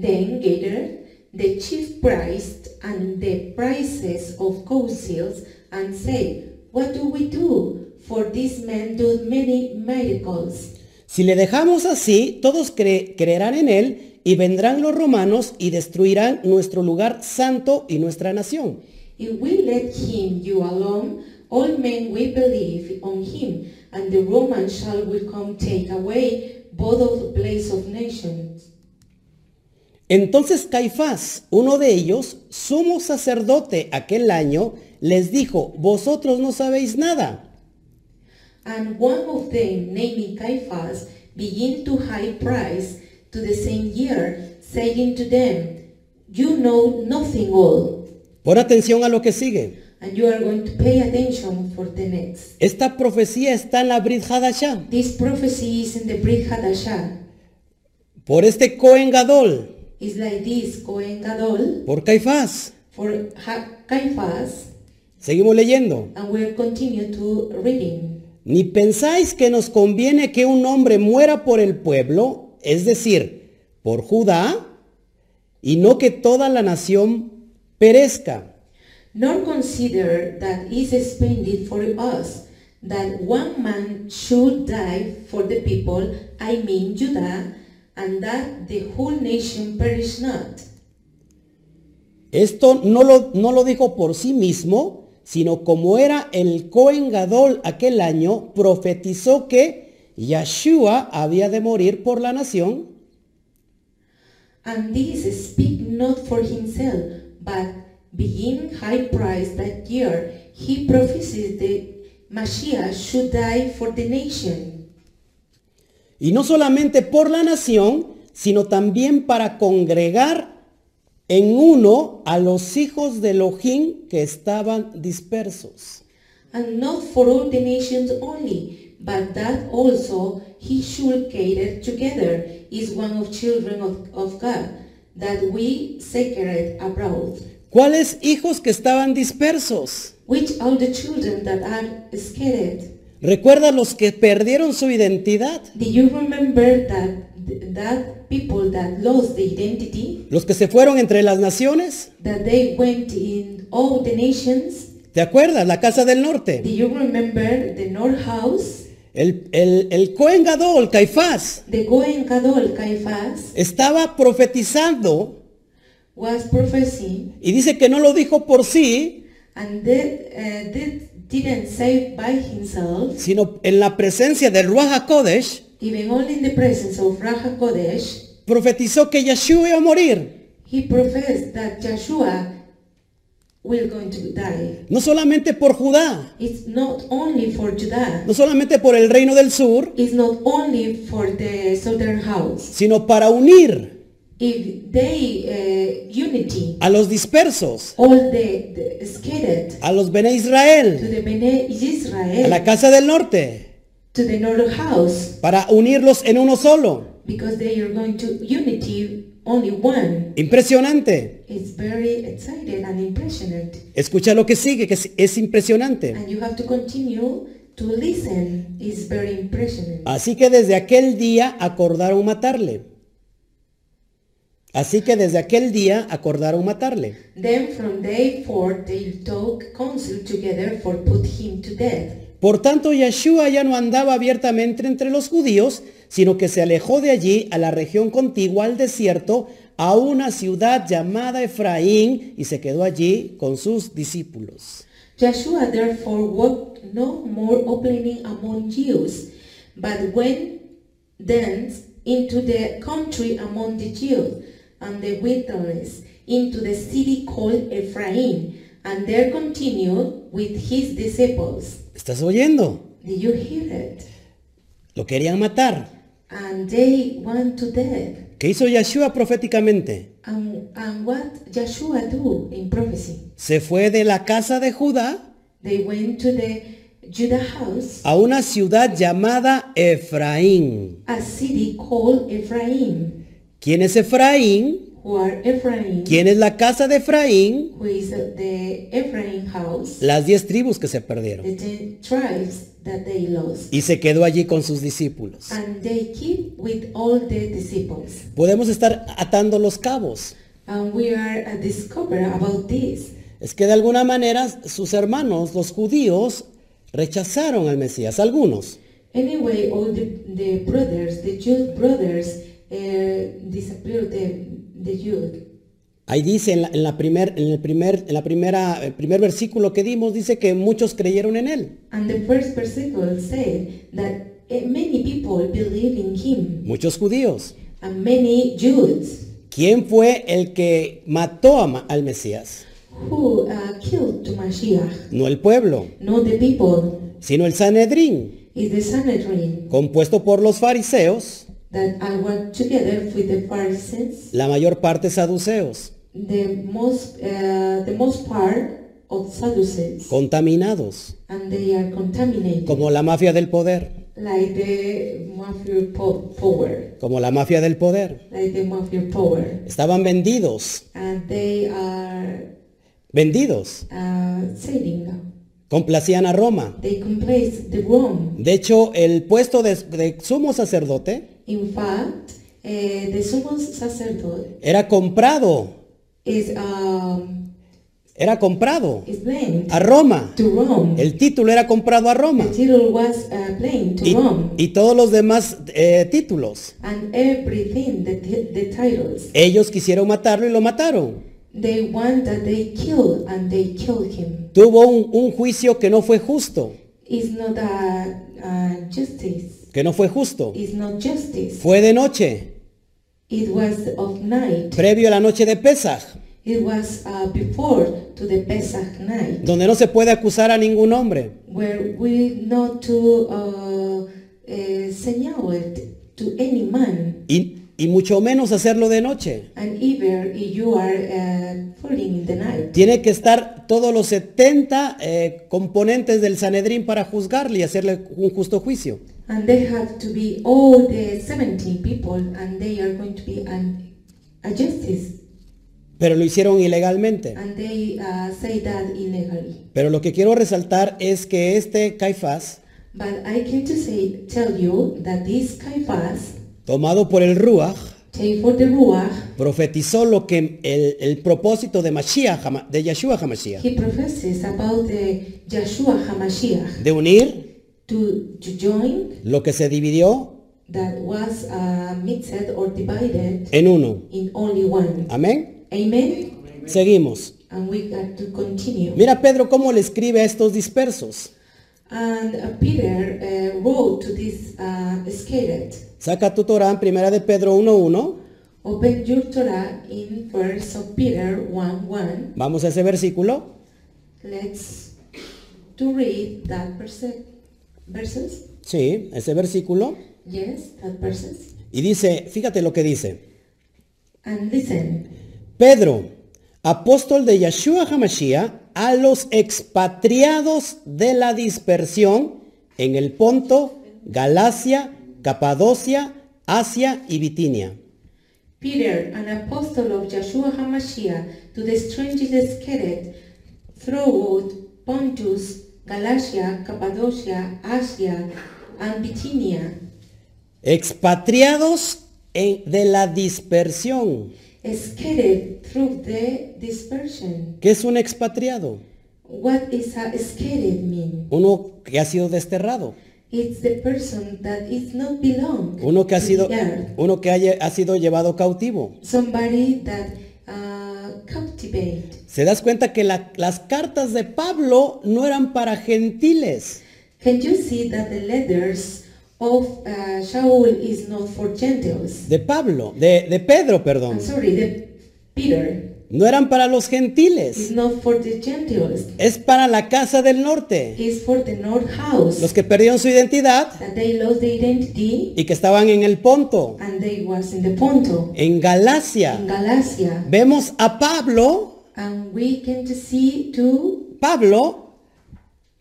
Then gathered the chief priests and the princes of councils and said, What do we do? For this man does many miracles. Si le dejamos así, todos cre- creerán en él y vendrán los romanos y destruirán nuestro lugar santo y nuestra nación. If we let him you alone, all men will believe on him, and the Romans shall will come take away both of the place of nations. Entonces Caifás, uno de ellos, sumo sacerdote aquel año, les dijo, vosotros no sabéis nada. And one of them, naming Caiaphas, began to high price to the same year, saying to them, You know nothing all, Pon atención a lo que sigue. and you are going to pay attention for the next. Esta profecía está en la Brit Hadashah, This prophecy is in the Brit Hadashah. por este Cohen Gadol, It's like this, Kohen Gadol, por Caifás. for Ha- Caiaphas, Seguimos leyendo. and we'll continue to reading. Ni pensáis que nos conviene que un hombre muera por el pueblo, es decir, por Judá, y no que toda la nación perezca. nor consider that is expended for us that one man should die for the people, I mean Judah, and that the whole nation perish not. Esto no lo, no lo dijo por sí mismo, sino como era el Cohen Gadol aquel año, profetizó que Yeshua había de morir por la nación And this speak not for himself, but being high priest that year, he prophesied the Messiah should die for the nation, Y no solamente por la nación, sino también para congregar en uno a los hijos de Elohim que estaban dispersos. and not for all the nations only, but that also he should gather together is one of children of, of God, that we sacred abroad, ¿Cuáles hijos que estaban dispersos? which all the children that are scattered. ¿Recuerda los que perdieron su identidad? Do you remember that that people that lost the identity? ¿Los que se fueron entre las naciones? that they went in all the nations. ¿Te acuerdas? La casa del Do norte. you remember the North House? El, el, el Cohen Gadol, Caifás, The Goen Gadol Caiaphas estaba profetizando was prophesying, y dice que no lo dijo por sí, and that, uh, that didn't say by himself, sino en la presencia del Ruach HaKodesh, even only in the presence of Raja Kodesh, profetizó que Yeshua iba a morir, he professed that Joshua will going to die. no solamente por Judá, It's not only for Judah. no solamente por el reino del sur, It's not only for the southern house. sino para unir If they uh, unity, a los dispersos, all the, the scattered a los Bene to Israel, the Bene a la Israel, casa del norte, to the north house, para unirlos en uno solo. because they are going to unity only one. Impresionante. It's very exciting and impressionant, Escucha lo que sigue, que es, es impresionante. and you have to continue to listen. It's very impressionant. Así que desde aquel día acordaron matarle. Así que desde aquel día acordaron matarle. Then from day forth they took counsel together for put him to death. Por tanto, Yeshua ya no andaba abiertamente entre los judíos, sino que se alejó de allí a la región contigua al desierto, a una ciudad llamada Efraín, y se quedó allí con sus discípulos. Joshua therefore walked no more openly among Jews, but went thence into the country among the Jews and the wilderness, into the city called Ephraim, and there continued with his disciples. ¿Estás oyendo? Did you hear it? Lo querían matar. And they went to death. ¿Qué hizo Yeshua proféticamente? And, and what Joshua do in prophecy? Se fue de la casa de Judá They went to the Judah house, a una ciudad llamada Efraín. a city called Ephraim. ¿Quién es Efraín? who are Ephraim, ¿Quién es la casa de Efraín? who is the Ephraim house, Las diez tribus que se perdieron. the ten tribes that they lost, Y se quedó allí con sus discípulos. and they keep with all the disciples. Podemos estar atando los cabos. And we are uh, discover about this Es que de alguna manera sus hermanos, los judíos, rechazaron al Mesías, algunos. anyway. All the, the brothers, the Jew brothers, uh, disappeared the the Jew. Ahí dice en, la- en la primer, en el, primer, en la primera, el primer versículo que dimos, dice que muchos creyeron en él. And the first persecutor said that eh, many people believe in him, Muchos judíos. and many Jews ¿Quién fue el que mató a Ma- al Mesías? who uh, killed the Mashiach, No el pueblo, not the people. sino el Sanedrín, is the Sanhedrin compuesto por los fariseos, that I work together with the Pharisees, la mayor parte saduceos, the most uh, the most part of Sadducees, contaminados, and they are contaminated, como la mafia del poder, like the mafia po- power, como la mafia del poder. like the mafia power, Estaban vendidos, and they are vendidos. uh, selling. Complacían a Roma. They complain the Rome. De hecho, el puesto de, de sumo sacerdote In fact, uh, the sumo sacerdote era comprado is um, Era comprado is blamed a Roma. to Rome. El título era comprado a Roma. The title was uh, blamed to Y, Rome. y todos los demás eh, títulos. and everything, the, ti- the titles. Ellos quisieron matarlo y lo mataron. They want that they kill and they kill him. Tuvo un, un juicio que no fue justo. It's not a, a justice. Que no fue justo. It's not justice. Fue de noche. It was of night. Previo a la noche de Pesaj. It was uh, before to the Pesach night. Donde no se puede acusar a ningún hombre. were we not to uh, uh, signal it to any man, Y, y mucho menos hacerlo de noche. and even if you are uh, falling in the night, Tiene que estar todos los 70 eh, componentes del Sanedrín para juzgarle y hacerle un justo juicio. and they have to be all the 17 people, and they are going to be an, a justice, Pero lo hicieron ilegalmente. and they uh, say that illegally. Pero lo que quiero resaltar es que este Caifás, But I came to say, tell you that this Caiaphas, tomado por el Ruach, take for the Ruach, profetizó lo que el, el propósito de Mashiach, Hama- de Yeshua Hamashiach, he professes about the Yeshua HaMashiach de unir to, to join lo que se dividió that was uh, mixed or divided en uno. in only one. Amén. Amen? Seguimos. And we got to continue. Mira Pedro cómo le escribe a estos dispersos. And uh, Peter uh, wrote to this uh, scattered. Saca tu Torah en primera de Pedro 1.1. Open your Torah in First of Peter 1 1. Vamos a ese versículo. Let's to read that verse. Verses? Sí, ese versículo. Yes, that verses. Y dice, fíjate lo que dice. And listen. Pedro, apóstol de Yeshua Hamashiach, a los expatriados de la dispersión en el Ponto, Galacia, Capadocia, Asia y Bitinia. Peter, an apostle of Joshua HaMashiach, to the strangely scattered throughout Pontus, Galatia, Cappadocia, Asia, and Bithynia, Expatriados en- de la dispersión. scattered through the dispersion. ¿Qué es un expatriado? What is a scattered mean? Uno que ha sido desterrado, It's the person that is not belong uno que ha to sido, the earth. uno que haya- ha sido llevado cautivo. Somebody that uh, captivate. Se das cuenta que la- las cartas de Pablo no eran para gentiles. Can you see that the letters of uh, Shaul is not for Gentiles? de Pablo, de, de Pedro, I'm perdón. sorry, the Peter No eran para los is gentiles, not for the Gentiles. es para la casa del norte, It's for the North House. los que perdieron su identidad that they lost their identity y que estaban en el Ponto, and they was in the Ponto, en in Galacia. Galatia. Vemos a Pablo, And we came to see to Pablo,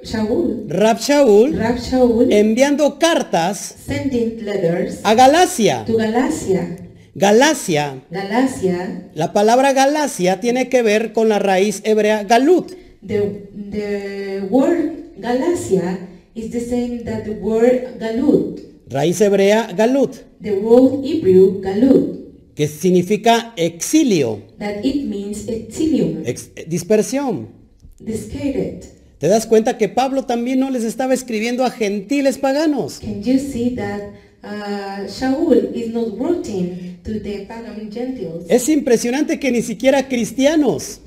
Shaul, Rab Shaul, Rab Shaul, Eh. enviando cartas sending letters a Galacia. to Galatia. Galacia, Galatia, la palabra Galacia tiene que ver con la raíz hebrea galut. the, the word Galatia is the same that the word Galut, Raíz hebrea galut, the word Hebrew Galut, que significa exilio, that it means exilium, ex- dispersión. discarded. ¿Te das cuenta que Pablo también no les estaba escribiendo a gentiles paganos? Can you see that uh, Shaul is not writing to the pagan Gentiles? Es impresionante que ni siquiera cristianos.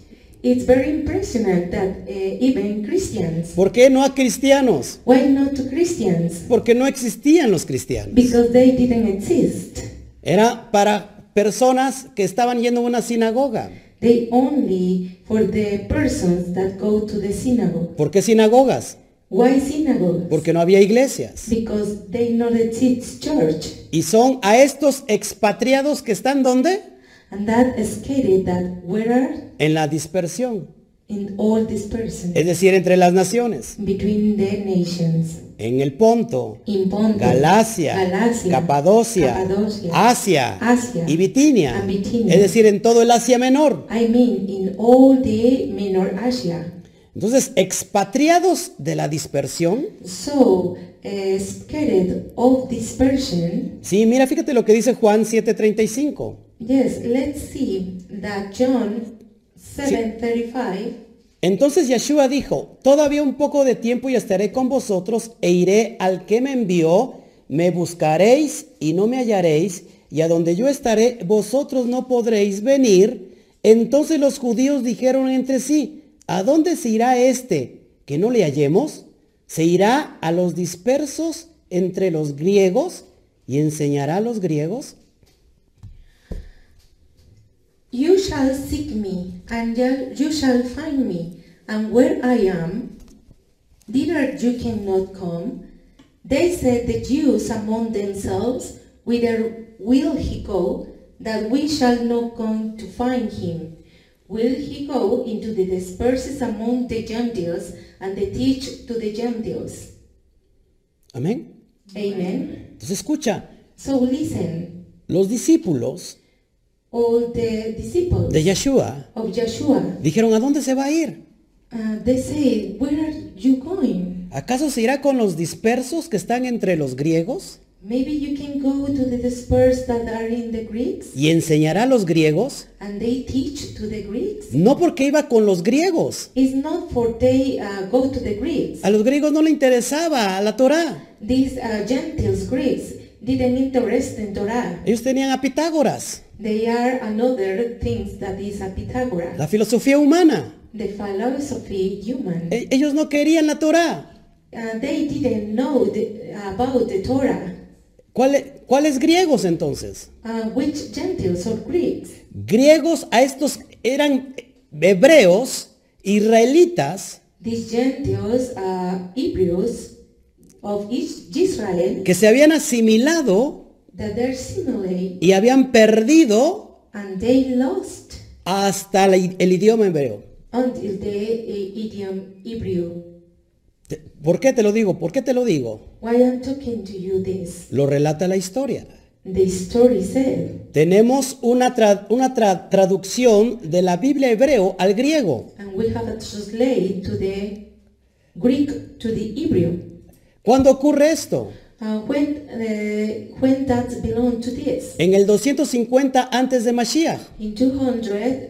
It's very impressionant that uh, even Christians, ¿Por qué no a cristianos? why not to Christians? Porque no existían los cristianos. Because they didn't exist. Era para personas que estaban yendo a una sinagoga. They only for the persons that go to the synagogue. ¿Por qué sinagogas? Why synagogue? Porque no había iglesias. Because they not exist church. Y son a estos expatriados que están ¿dónde? And that is stated that were En la dispersión. in all dispersion Es decir, entre las naciones. between the nations. En el Ponto, In Pontus, Galacia, Galacia, Capadocia, Capadocia, Asia, Asia, y Bitinia, and Bitinia. es decir, en todo el Asia Menor. I mean, in all the Minor Asia. Entonces, expatriados de la dispersión. So, uh, scattered of dispersion, Sí, mira, fíjate lo que dice Juan 7:35. yes, let's see that John 7.35, Entonces Yeshua dijo, todavía un poco de tiempo y estaré con vosotros e iré al que me envió, me buscaréis y no me hallaréis, y a donde yo estaré vosotros no podréis venir. Entonces los judíos dijeron entre sí, ¿a dónde se irá este? ¿Que no le hallemos? ¿Se irá a los dispersos entre los griegos y enseñará a los griegos? You shall seek me, and ya- you shall find me, and where I am, thither you cannot come. They said the Jews among themselves, Whither will he go, that we shall not come to find him? Will he go into the dispersed among the Gentiles, and the teach to the Gentiles? Amén. Amen. Entonces escucha, So listen, los discípulos all the disciples de Yeshua of Joshua, dijeron, ¿a dónde se va a ir? uh, they said, Where are you going? ¿Acaso se irá con los dispersos que están entre los griegos Maybe you can go to the dispersed that are in the Greeks y enseñará a los griegos? and they teach to the Greeks. No porque iba con los griegos. It's not for they uh, go to the Greeks. A los griegos no le interesaba la Torá. These uh, Gentiles Greeks didn't interest in Torah. Ellos tenían a Pitágoras, They are another things that is a Pythagoras, la filosofía humana. the philosophy human. E- ellos no querían la Torá. Uh, they didn't know the, about the Torah. ¿Cuál- e, ¿Cuáles griegos entonces? Uh, which Gentiles or Greeks? Griegos a estos eran hebreos, israelitas, These Gentiles are Hebrews of Is- Israel que se habían asimilado that they're similar y habían perdido and they lost hasta la- el idioma hebreo. until the uh, idiom Hebrew. Te- ¿Por qué te lo digo? ¿Por qué te lo digo? Why I'm talking to you this? Lo relata la historia. The story said, Tenemos una, tra- una tra- traducción de la Biblia hebreo al griego. and we have a translate to the Greek to the Hebrew. ¿Cuándo ocurre esto? Uh, when uh, when that belong to this? En el 250 antes de Mashiach. In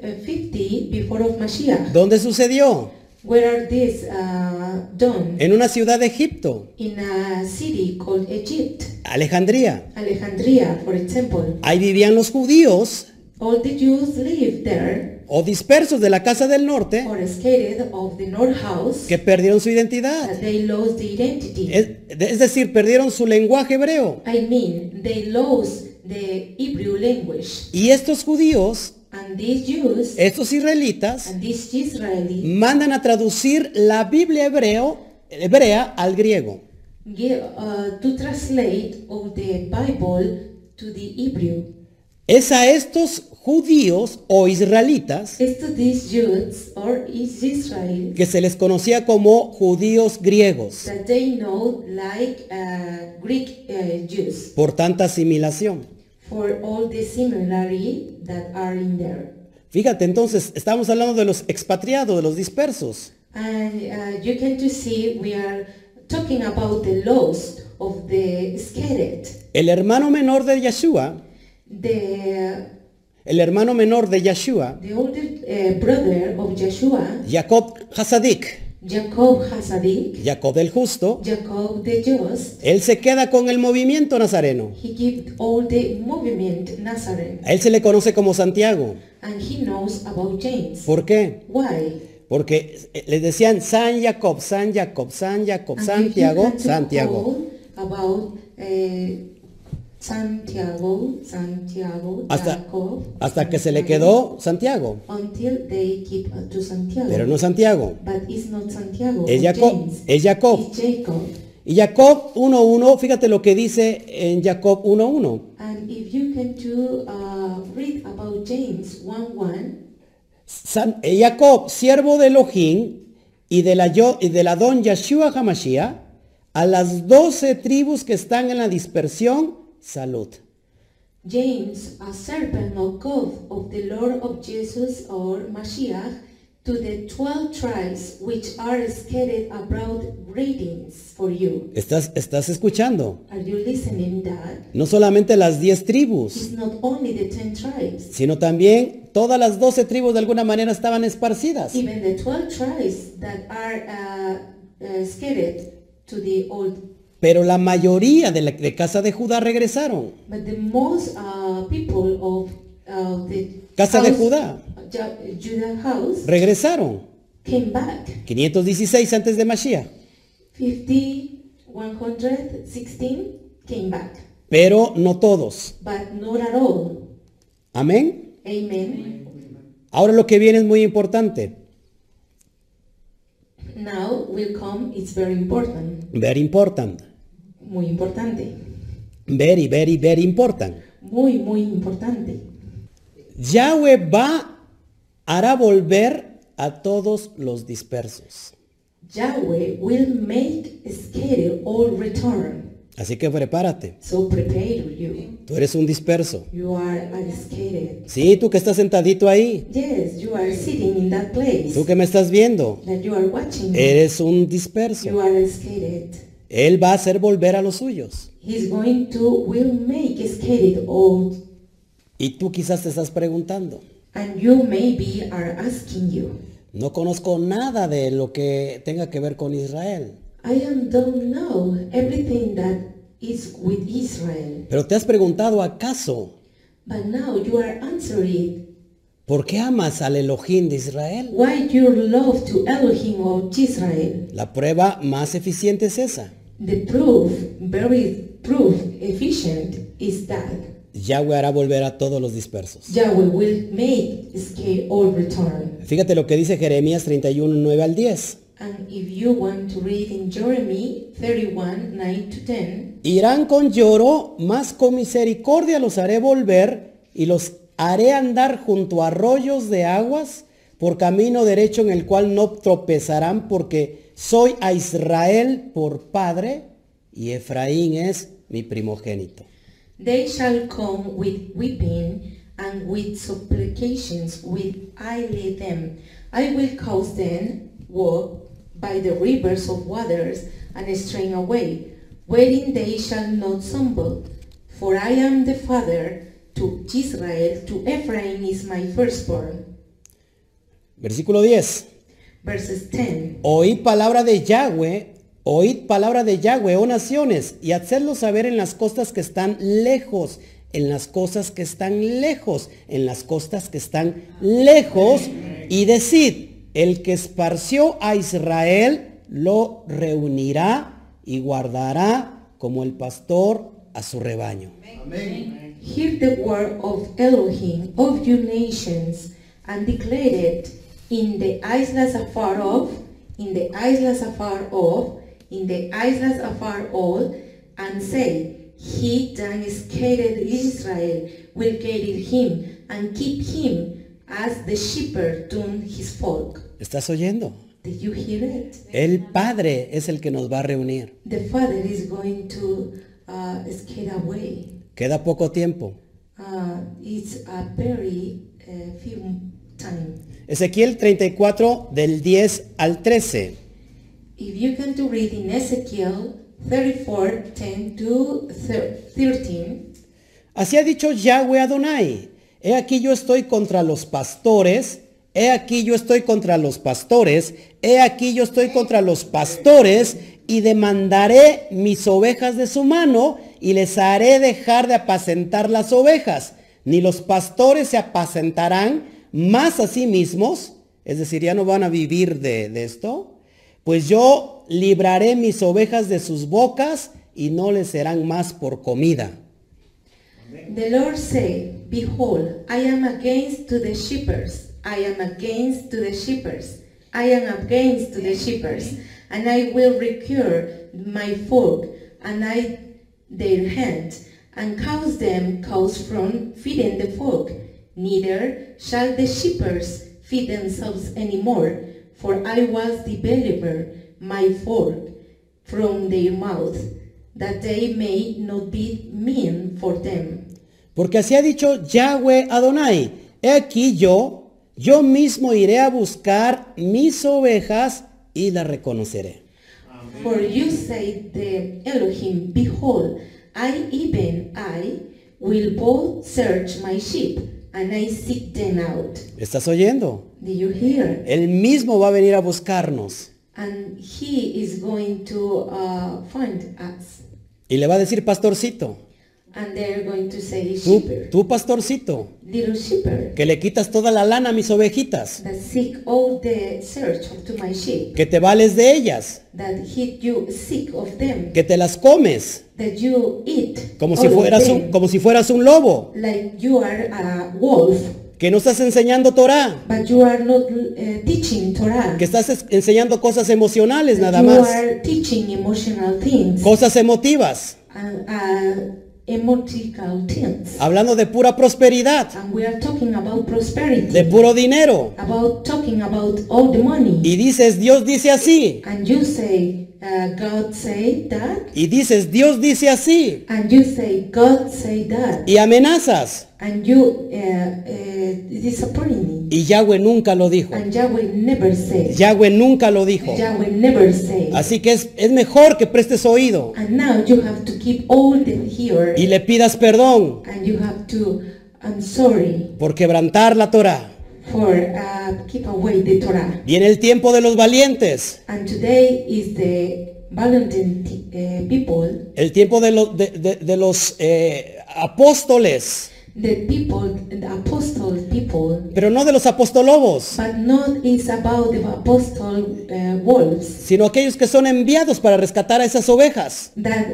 250 before of Mashiach, ¿Dónde sucedió? where are these uh, done? En una ciudad de Egipto, In a city called Egypt, Alejandría. Alexandria, for example. Ahí vivían los judíos All the Jews lived there o dispersos de la casa del norte or escaped of the North House que perdieron su identidad. that they lost the identity. Es, es decir, perdieron su lenguaje hebreo. I mean, they lost the Hebrew language. Y estos judíos, And these Jews estos israelitas, and these Israelis mandan a traducir la Biblia hebreo, hebrea al griego. give, uh, to translate of the Bible to the Hebrew. Es a estos judíos o israelitas It's to these Jews or is Israel que se les conocía como judíos griegos that they know like uh, Greek uh, Jews por tanta asimilación. for all the similarity that are in there. Fíjate, entonces, estamos hablando de los expatriados, de los dispersos. And uh, you can to see we are talking about the loss of the scattered. El hermano menor de Yeshua, The, el hermano menor de Yeshua, the older uh, brother of Joshua, Jacob Hasadik, Jacob Hasadik, Jacob el justo, Jacob the Just, él se queda con el movimiento nazareno. he gave all the movement Nazareth A él se le conoce como Santiago. and he knows about James. ¿Por qué? Why? Porque eh, les decían San Jacob, San Jacob, San Jacob, And Santiago, he had to Santiago. call About uh, Santiago, Santiago, Hasta- Jacob, Hasta que se le Santiago. quedó Santiago. until they keep uh, to Santiago. Pero no Santiago, But it's not Santiago. es or Jacob. James. Es Jacob. It's Jacob. Y Jacob 1.1, fíjate lo que dice en Jacob 1.1. And if you can to uh, read about James 1 1, San- eh, Jacob, siervo de Elohim y de la, yo- y de la don Yeshua Hamashiach, a las doce tribus que están en la dispersión, salud. James, a servant of God of the Lord of Jesus or Mashiach, to the twelve tribes which are scattered abroad, greetings for you. Estás, estás escuchando. Are you listening that? No solamente las diez tribus, It's not only the ten tribes, sino también Todas las doce tribus de alguna manera estaban esparcidas. Even the 12 tribes that are uh, uh, scattered to the old, Pero la mayoría de la de casa de Judá regresaron. but the most uh, people of uh, the Casa de house- Judá. Ju- Judah house Regresaron. came back. 516 antes de Mashiach. 50, 116 came back, Pero no todos. but not at all. Amén. Amen. Ahora lo que viene es muy importante. Now will come, it's very important, Very important. muy importante, Very, very, very important. muy, muy importante. Yahweh va, hará volver a todos los dispersos. Yahweh will make scattered all return. Así que prepárate. So prepare you. Tú eres un disperso. You are unscathed. Sí, tú que estás sentadito ahí. Yes, you are sitting in that place Tú que me estás viendo. that you are watching. Eres un disperso. You are unscathed. Él va a hacer volver a los suyos. He's going to will make scattered all Y tú quizás te estás preguntando. and you maybe are asking you. No conozco nada de lo que tenga que ver con Israel. I am don't know everything that is with Israel. Pero te has preguntado acaso, But now you are answering ¿por qué amas al Elohim de Israel? why your love to Elohim of Israel. La prueba más eficiente es esa. The proof, very proof, efficient is that Yahweh hará volver a todos los dispersos. Yahweh will make escape all return. Fíjate lo que dice Jeremías 31, 9 al 10. And if you want to read in Jeremy 31, 9 to 10, Irán con lloro, mas con misericordia los haré volver y los haré andar junto a arroyos de aguas por camino derecho en el cual no tropezarán porque soy a Israel por padre y Efraín es mi primogénito. they shall come with weeping and with supplications with I lay them. I will cause them walk by the rivers of waters and strain away, wherein they shall not stumble. For I am the father to Israel, to Ephraim is my firstborn. Versículo 10. Verses 10. Oíd palabra de Yahweh, oíd palabra de Yahweh, oh naciones, y hacedlo saber en las costas que están lejos, en las cosas que están lejos, en las costas que están lejos, y decid, el que esparció a Israel lo reunirá y guardará como el pastor a su rebaño. Hear the word of Elohim of you nations, and declare it in the islas afar off, in the islas afar off, in the islas afar all, and say, He that scattered Israel will gather him and keep him as the shepherd doeth his flock. ¿Estás oyendo? Did you hear it? El Padre es el que nos va a reunir. The Father is going to uh, scatter away. Queda poco tiempo. Uh, it's a very uh, few time. Ezequiel 34 del 10 al 13. If you can to read in Ezekiel 34, 10 to thir- 13, Así ha dicho Yahweh Adonai. He aquí yo estoy contra los pastores. He aquí yo estoy contra los pastores. He aquí yo estoy contra los pastores. Y demandaré mis ovejas de su mano y les haré dejar de apacentar las ovejas. Ni los pastores se apacentarán más a sí mismos. Es decir, ya no van a vivir de, de esto. Pues yo libraré mis ovejas de sus bocas y no les serán más por comida. the Lord said, Behold, I am against to the shepherds, I am against to the shepherds, I am against to the shepherds, and I will recure my folk and I their hand, and cause them cause from feeding the folk. Neither shall the shepherds feed themselves anymore, for I was the deliverer, my fork, from their mouth, that they may not be mean for them. Porque así ha dicho Yahweh Adonai, he aquí yo, yo mismo iré a buscar mis ovejas y las reconoceré. For you say the Elohim, Behold, I even I will both search my sheep, and and I seek them out. ¿Me estás oyendo? Do you hear? Él mismo va a venir a buscarnos And he is going to uh, find us. y le va a decir, pastorcito, And they're going to say, tú, shepherd, tú pastorcito, little shepherd, que le quitas toda la lana a mis ovejitas, that seek all the search of to my sheep, que te vales de ellas, that he, you seek of them, que te las comes, that you eat como all si of fueras them, un, como si fueras un lobo, like you are a wolf, que no estás enseñando Torah, but you are not uh, teaching Torah. que estás es- enseñando cosas emocionales that nada you más, are teaching emotional things cosas emotivas, and uh, emotical things. hablando de pura prosperidad, And we are talking about prosperity. de puro dinero. about talking about all the money Y dices, Dios dice así, and you say uh, god say that y dices, Dios dice así, and you say god say that y amenazas. and you uh, uh, disappointing me Y Yahweh nunca lo dijo. and yahweh never say Yahweh nunca lo dijo. yahweh never say Así que es, es mejor que prestes oído and now you have to keep all the here y le pidas perdón and you have to i'm sorry por quebrantar la Torah. for uh, keep away the torah Viene el tiempo de los valientes, and today is the valentine uh, people el tiempo de, los- de- de- de los eh, apóstoles, the people the apostle people pero no de los apostolobos, But not it's about the apostle uh, wolves sino aquellos que son enviados para rescatar a esas ovejas. that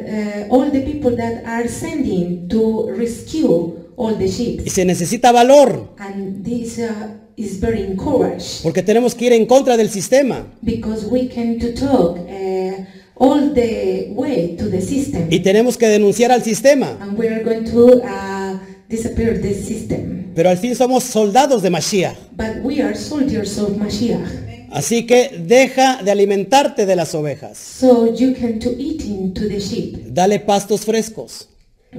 uh, all the people that are sending to rescue all the sheep. Y se necesita valor, And this uh, is very encouraged porque tenemos que ir en contra del sistema because we can to talk uh, all the way to the system, y tenemos que denunciar al sistema, and we are going to uh, disappear the system. pero al fin somos soldados de Mashiach. But we are soldiers of Mashiach, Así que deja de alimentarte de las ovejas. so you can to eat into the sheep. Dale pastos frescos.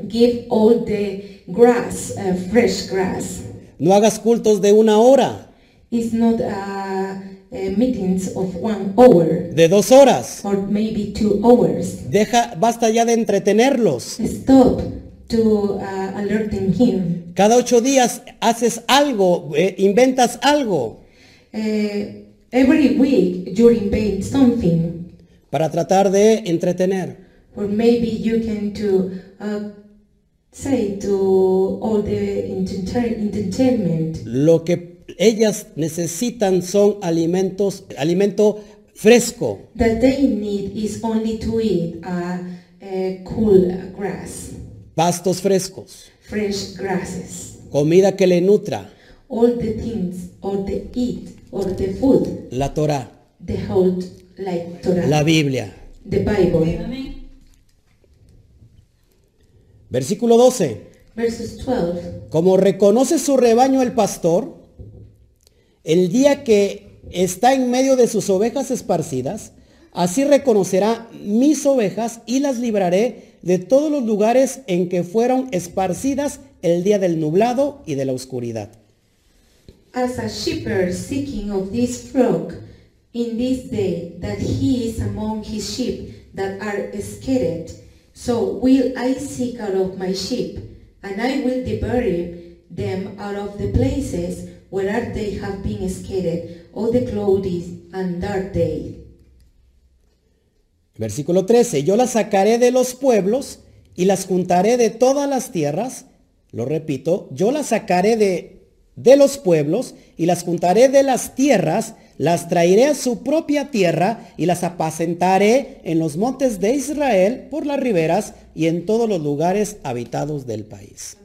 Give all the grass, uh, fresh grass. No hagas cultos de una hora, It's not uh, uh, meetings of one hour de dos horas. or maybe two hours. Deja, basta ya de entretenerlos. Stop to uh, alerting him. Cada ocho días haces algo, eh, inventas algo Uh, every week you invent something, para tratar de entretener. or maybe you can to uh, say to all the enter- entertainment Lo que ellas necesitan son alimentos, alimento fresco. that they need is only to eat uh, uh, cool grass, Pastos frescos, fresh grasses, comida que le nutra, all the things, or the eat, or the food. la Torah, the whole like Torah, la Biblia. the Bible. Versículo 12. Verses 12. Como reconoce su rebaño el pastor, el día que está en medio de sus ovejas esparcidas, así reconocerá mis ovejas y las libraré de todos los lugares en que fueron esparcidas el día del nublado y de la oscuridad. As a shepherd seeking of this flock, in this day that he is among his sheep that are scattered, so will I seek out of my sheep, and I will bury them out of the places where they have been scattered, all the cloudy and dark day. Versículo 13, yo las sacaré de los pueblos y las juntaré de todas las tierras. Lo repito, yo las sacaré de, de los pueblos y las juntaré de las tierras, las traeré a su propia tierra y las apacentaré en los montes de Israel, por las riberas y en todos los lugares habitados del país.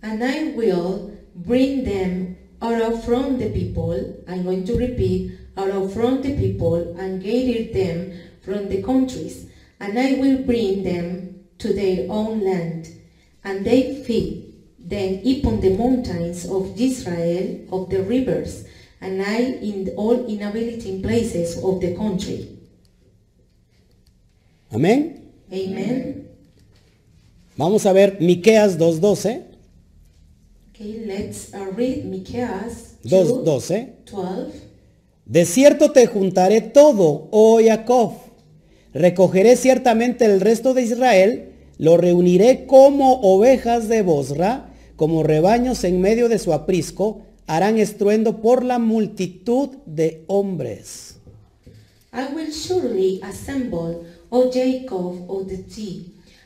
And I will bring them out of from the people. I'm going to repeat, out of from the people, and gather them from the countries. And I will bring them to their own land. And they feed them upon the mountains of Israel, of the rivers, and I in all inhabiting places of the country. Amén. Amen. Vamos a ver Miqueas 2.12. Okay, let's uh, read Micheas 2, 2.12. 12. De cierto te juntaré todo, oh Jacob. Recogeré ciertamente el resto de Israel, lo reuniré como ovejas de Bosra, como rebaños en medio de su aprisco, harán estruendo por la multitud de hombres. I will surely assemble, O Jacob, O the sea,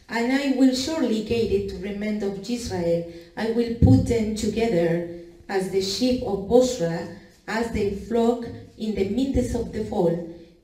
and I will surely gate it to remain of Israel. I will put them together as the sheep of Bosra, as they flock in the midst of the fold.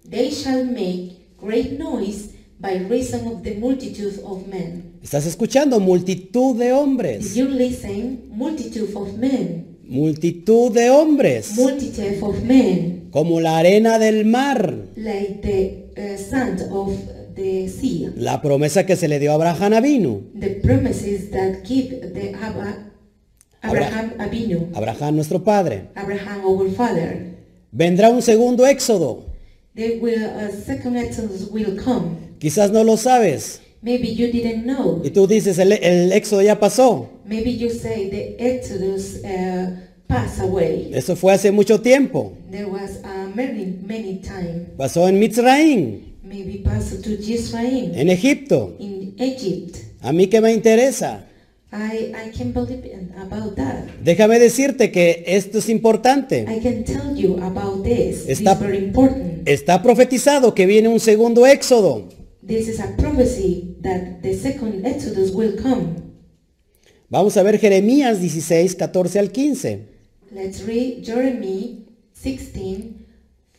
They shall make great noise by reason of the multitude of men. ¿Estás escuchando? Multitud de hombres. You listen, multitude of men, Multitud de hombres. multitude of men, Como la arena del mar. like the uh, sand of the sea. La promesa que se le dio a Abraham Avinu. The promises that give the Abba, Abraham Abinu, Abraham nuestro padre. Abraham our father. Vendrá un segundo éxodo. They will, uh, second exodus will come. Quizás no lo sabes. Maybe you didn't know. Y tú dices, el, el éxodo ya pasó. Maybe you say the exodus uh, passed away. Eso fue hace mucho tiempo. There was uh, many, many time. Pasó en Mitzrayim, Maybe passed to Israel en Egipto. in Egypt. A mí que me interesa. I, I can believe in, about that. Déjame decirte que esto es importante. I can tell you about this. This Está- is very important. Está profetizado que viene un segundo éxodo. This is a prophecy that the second Exodus will come. Vamos a ver Jeremías 16, 14 al 15. Let's read Jeremiah 16,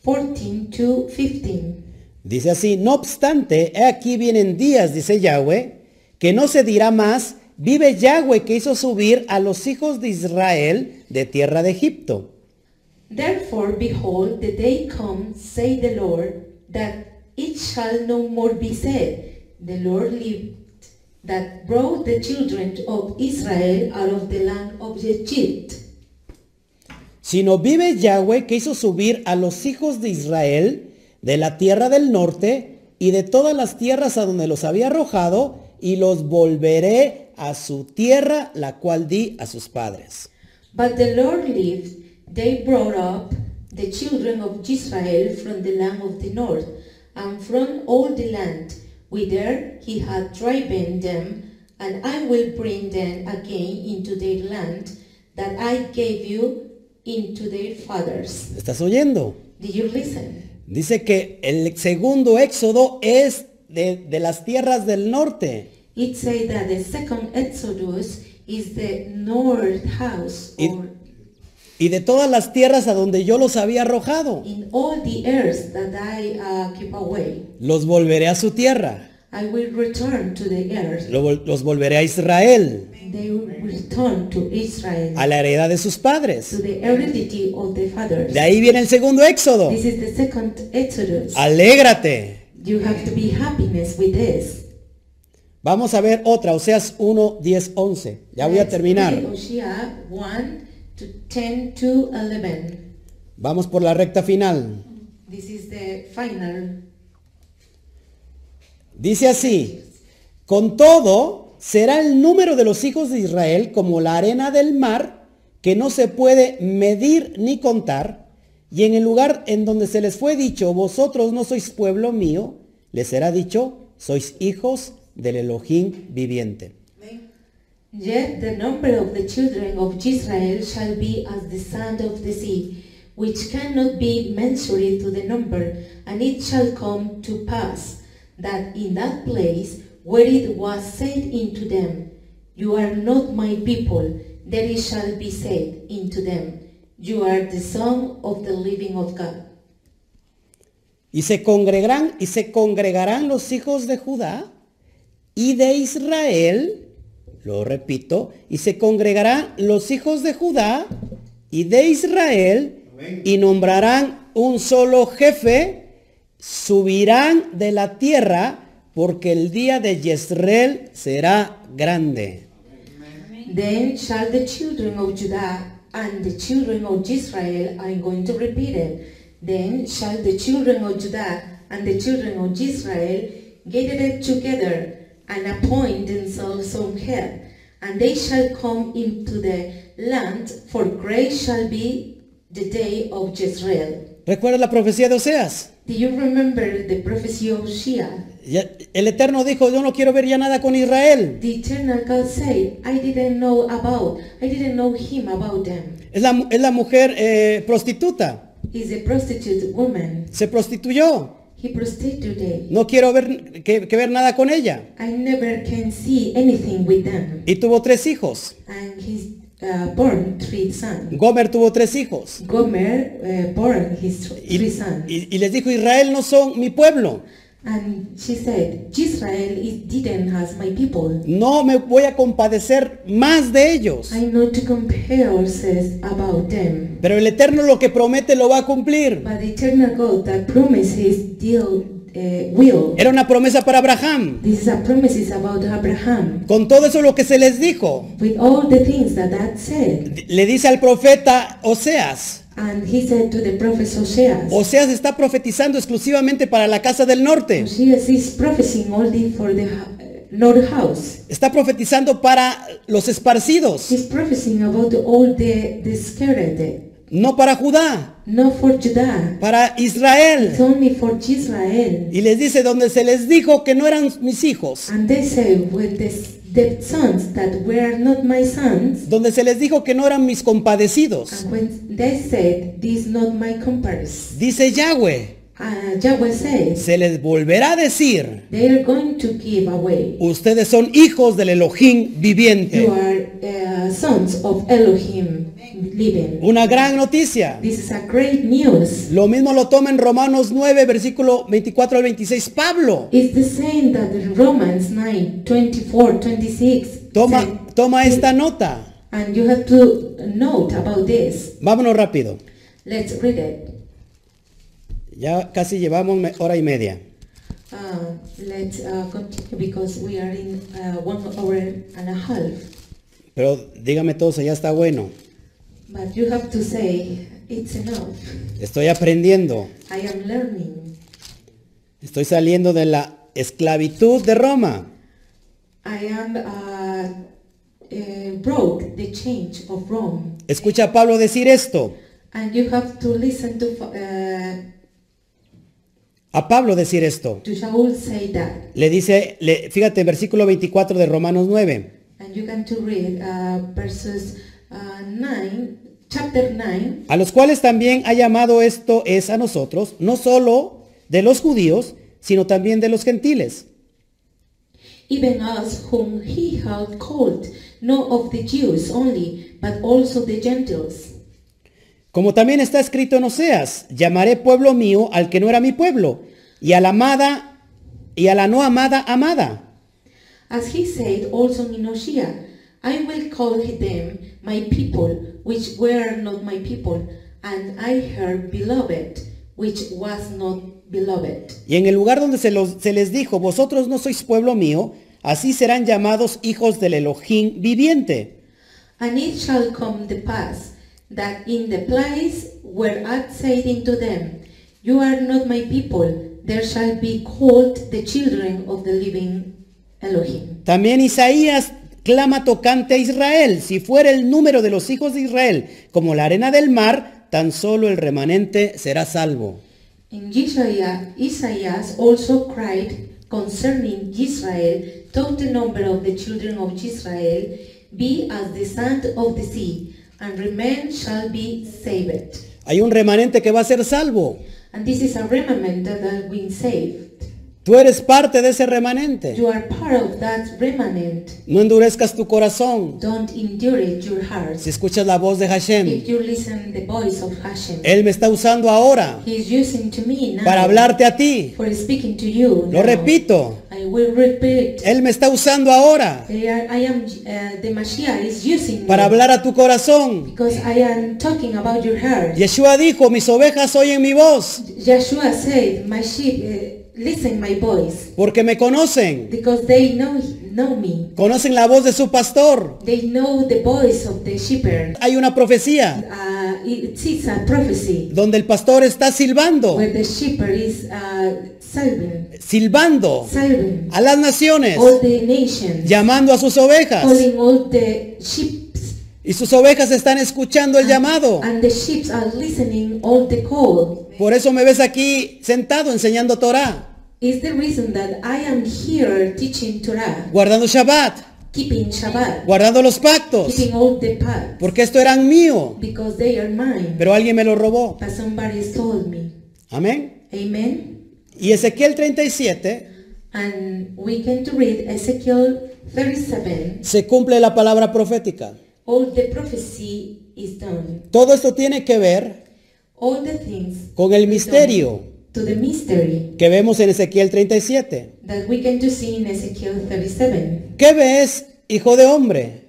14 to 15. Dice así, no obstante, he aquí vienen días, dice Yahweh, que no se dirá más, vive Yahweh que hizo subir a los hijos de Israel de tierra de Egipto. Therefore, behold, the day comes, say the Lord, that it shall no more be said, The Lord lived, that brought the children of Israel out of the land of Egypt. Sino vive Yahweh que hizo subir a los hijos de Israel de la tierra del norte y de todas las tierras a donde los había arrojado y los volveré a su tierra, la cual di a sus padres. But the Lord lived, they brought up the children of Israel from the land of the north, and from all the land whither he had driven them, and I will bring them again into their land that I gave you into their fathers. ¿Estás oyendo? Did you listen? Dice que el segundo éxodo es de, de las tierras del norte. It says that the second Exodus is the north house It- or y de todas las tierras a donde yo los había arrojado. in all the earth that I uh, keep away. Los volveré a su tierra, I will return to the earth lo vol- los volveré a Israel, They will return to Israel, a la heredad de sus to padres. the heredity of the fathers. De ahí viene el segundo éxodo. This is the second Exodus. Alégrate. You have to be happiness with this. Vamos a ver otra, Oseas 1, 10, 11. Ya voy a Let's terminar. read Hosea 1 to 10 to 11. Vamos por la recta final. This is the final. Dice así, con todo será el número de los hijos de Israel como la arena del mar, que no se puede medir ni contar, y en el lugar en donde se les fue dicho, vosotros no sois pueblo mío, les será dicho, sois hijos del Elohim viviente. Yet the number of the children of Israel shall be as the sand of the sea, which cannot be mensured to the number, and it shall come to pass that in that place where it was said unto them, You are not my people, there it shall be said unto them, You are the son of the living of God. Y se congregarán, y se congregarán los hijos de Judá y de Israel, lo repito, y se congregarán los hijos de Judá y de Israel, y nombrarán un solo jefe, subirán de la tierra, porque el día de Jezreel será grande. Then shall the children of Judah and the children of Israel, I'm going to repeat it. Then shall the children of Judah and the children of Israel gather together and appoint themselves some head, and they shall come into the land, for great shall be the day of Jezreel. ¿Recuerdas la profecía de Oseas? Do you remember the prophecy of Shia? Ya- El Eterno dijo, yo no quiero ver ya nada con Israel. The eternal God said, I didn't know about, I didn't know him about them. Es la, mu- es la mujer eh, prostituta. He's a prostitute woman. Se prostituyó. He prostituted. No quiero ver, que, que ver nada con ella. I never can see anything with them. Y tuvo tres hijos. And he's uh, born three sons. Gomer tuvo tres hijos. Gomer uh, born his th- Y, three sons. y- y les dijo, Israel no son mi pueblo. And she said, Israel is didn't has my people. No me voy a compadecer más de ellos. I know to compare says about them. Pero el Eterno lo que promete lo va a cumplir. But the eternal God that promises deal uh, will. Era una promesa para Abraham. This is a promises about Abraham. Con todo eso lo que se les dijo, With all the things that that said, le dice al profeta Oseas. and he said to the prophet Oseas, Oseas está profetizando exclusivamente para la casa del norte. Oseas is prophesying only for the ho- North House. Está profetizando para los esparcidos, He's prophesying about all the, the scattered, no para Judá, not for Judah. para It's Israel. only for Israel. Y les dice donde se les dijo que no eran mis hijos, And they say, with the, the sons that were not my sons, donde se les dijo que no eran mis compadecidos. and when they said, this not my compares, Dice Yahweh, uh, Yahweh says, se les volverá a decir, they are going to give away. ustedes son hijos del Elohim You viviente. are uh, sons of Elohim living. Una gran noticia. This is a great news. Lo mismo lo toma en Romanos 9, versículo 24 al 26, Pablo. It's the same that in Romans 9, 24, 26. Toma, said. toma esta nota. And you have to note about this. Vámonos rápido. Let's read it. Ya casi llevamos me- hora y media. Uh, let's uh, continue because we are in uh, one hour and a half. Pero dígame todos, ya está bueno. But you have to say it's enough. Estoy aprendiendo. I am learning. Estoy saliendo de la esclavitud de Roma. I am uh, uh, broke the change of Rome, Escucha a Pablo decir esto. and you have to listen to uh, A Pablo decir esto. to Shaul say that, Le dice, le- fíjate, versículo 24 de Romanos 9. and you can to read uh, verses uh, nine, chapter nine, A los cuales también ha llamado esto es a nosotros, no solo de los judíos, sino también de los gentiles. Even us whom he had called, not of the Jews only, but also the Gentiles. Como también está escrito en Oseas, llamaré pueblo mío al que no era mi pueblo, y a la amada, y a la no amada amada. As he said also in Oshia, I will call them my people, which were not my people, and I her beloved, which was not beloved. Y en el lugar donde se, los- se les dijo, vosotros no sois pueblo mío, así serán llamados hijos del Elohim viviente. And it shall come to pass that in the place where I said unto them, You are not my people, there shall be called the children of the living Elohim. También Isaías clama tocante a Israel, si fuera el número de los hijos de Israel como la arena del mar, tan solo el remanente será salvo. And Isaiah, Isaiah also cried concerning Israel, though the number of the children of Israel be as the sand of the sea, and remain shall be saved. Hay un remanente que va a ser salvo. And this is a remnant that has been saved. Tú eres parte de ese remanente. You are part of that remnant. No endurezcas tu corazón. Don't endure it your heart. Si escuchas la voz de Hashem, If you listen the voice of Hashem, Él me está usando ahora He is using to me now para hablarte a ti. for speaking to you. Lo now. repito, I will repeat. Él me está usando ahora They are- I am uh, the Mashiach is using para me hablar a tu corazón. because I am talking about your heart. Yeshua dijo, mis ovejas oyen mi voz Joshua said, "My sheep uh, listen my voice porque me conocen. because they know know me. Conocen la voz de su pastor. They know the voice of the shepherd." Hay una profecía Uh, it is a prophecy donde el pastor está silbando, where the shepherd is uh, serving, silbando serving a las naciones, all the nations, llamando a sus ovejas. calling all the sheep Y sus ovejas están escuchando el llamado. And the sheep are listening all the call. Por eso me ves aquí sentado enseñando Torah, Is the reason that I am here teaching Torah, guardando Shabbat, keeping Shabbat, guardando los pactos. keeping all the path, Porque esto eran mío, because they are mine. pero alguien me lo robó. But somebody stole me. Amén. Amen. Y Ezequiel 37 And we can to read Ezekiel 37. se cumple la palabra profética. All the prophecy is done. Todo esto tiene que ver All the things con el misterio to the mystery que vemos en Ezequiel 37. that we can to see in Ezekiel 37. ¿Qué ves, hijo de hombre?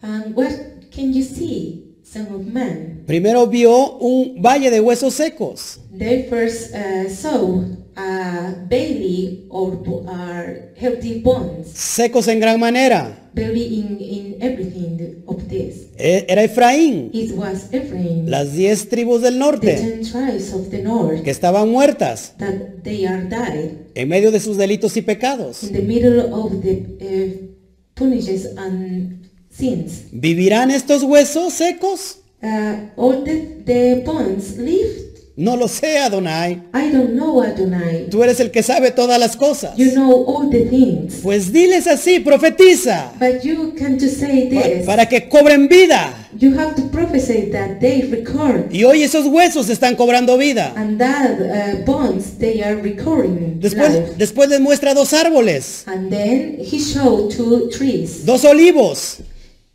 And what can you see, son of man? Primero vio un valle de huesos secos. They first uh, saw a bailey or bo- are healthy bones, secos en gran manera. bailey in, in everything of this. E- Era Efraín, It was Ephraim, las diez tribus del the norte, ten tribes of the north, que estaban muertas that they are died en medio de sus delitos y pecados. in the middle of the uh, punishes and sins. ¿Vivirán estos huesos secos? Uh, all the, the bones lived. No lo sé, Adonai. I don't know Adonai. Tú eres el que sabe todas las cosas. You know all the things. Pues diles así, profetiza, But you can to say pa- this. para que cobren vida. You have to prophesy that they record Y hoy esos huesos están cobrando vida. and that uh, bonds they are recording Después, life. después les muestra dos árboles, And then he showed two trees, dos olivos,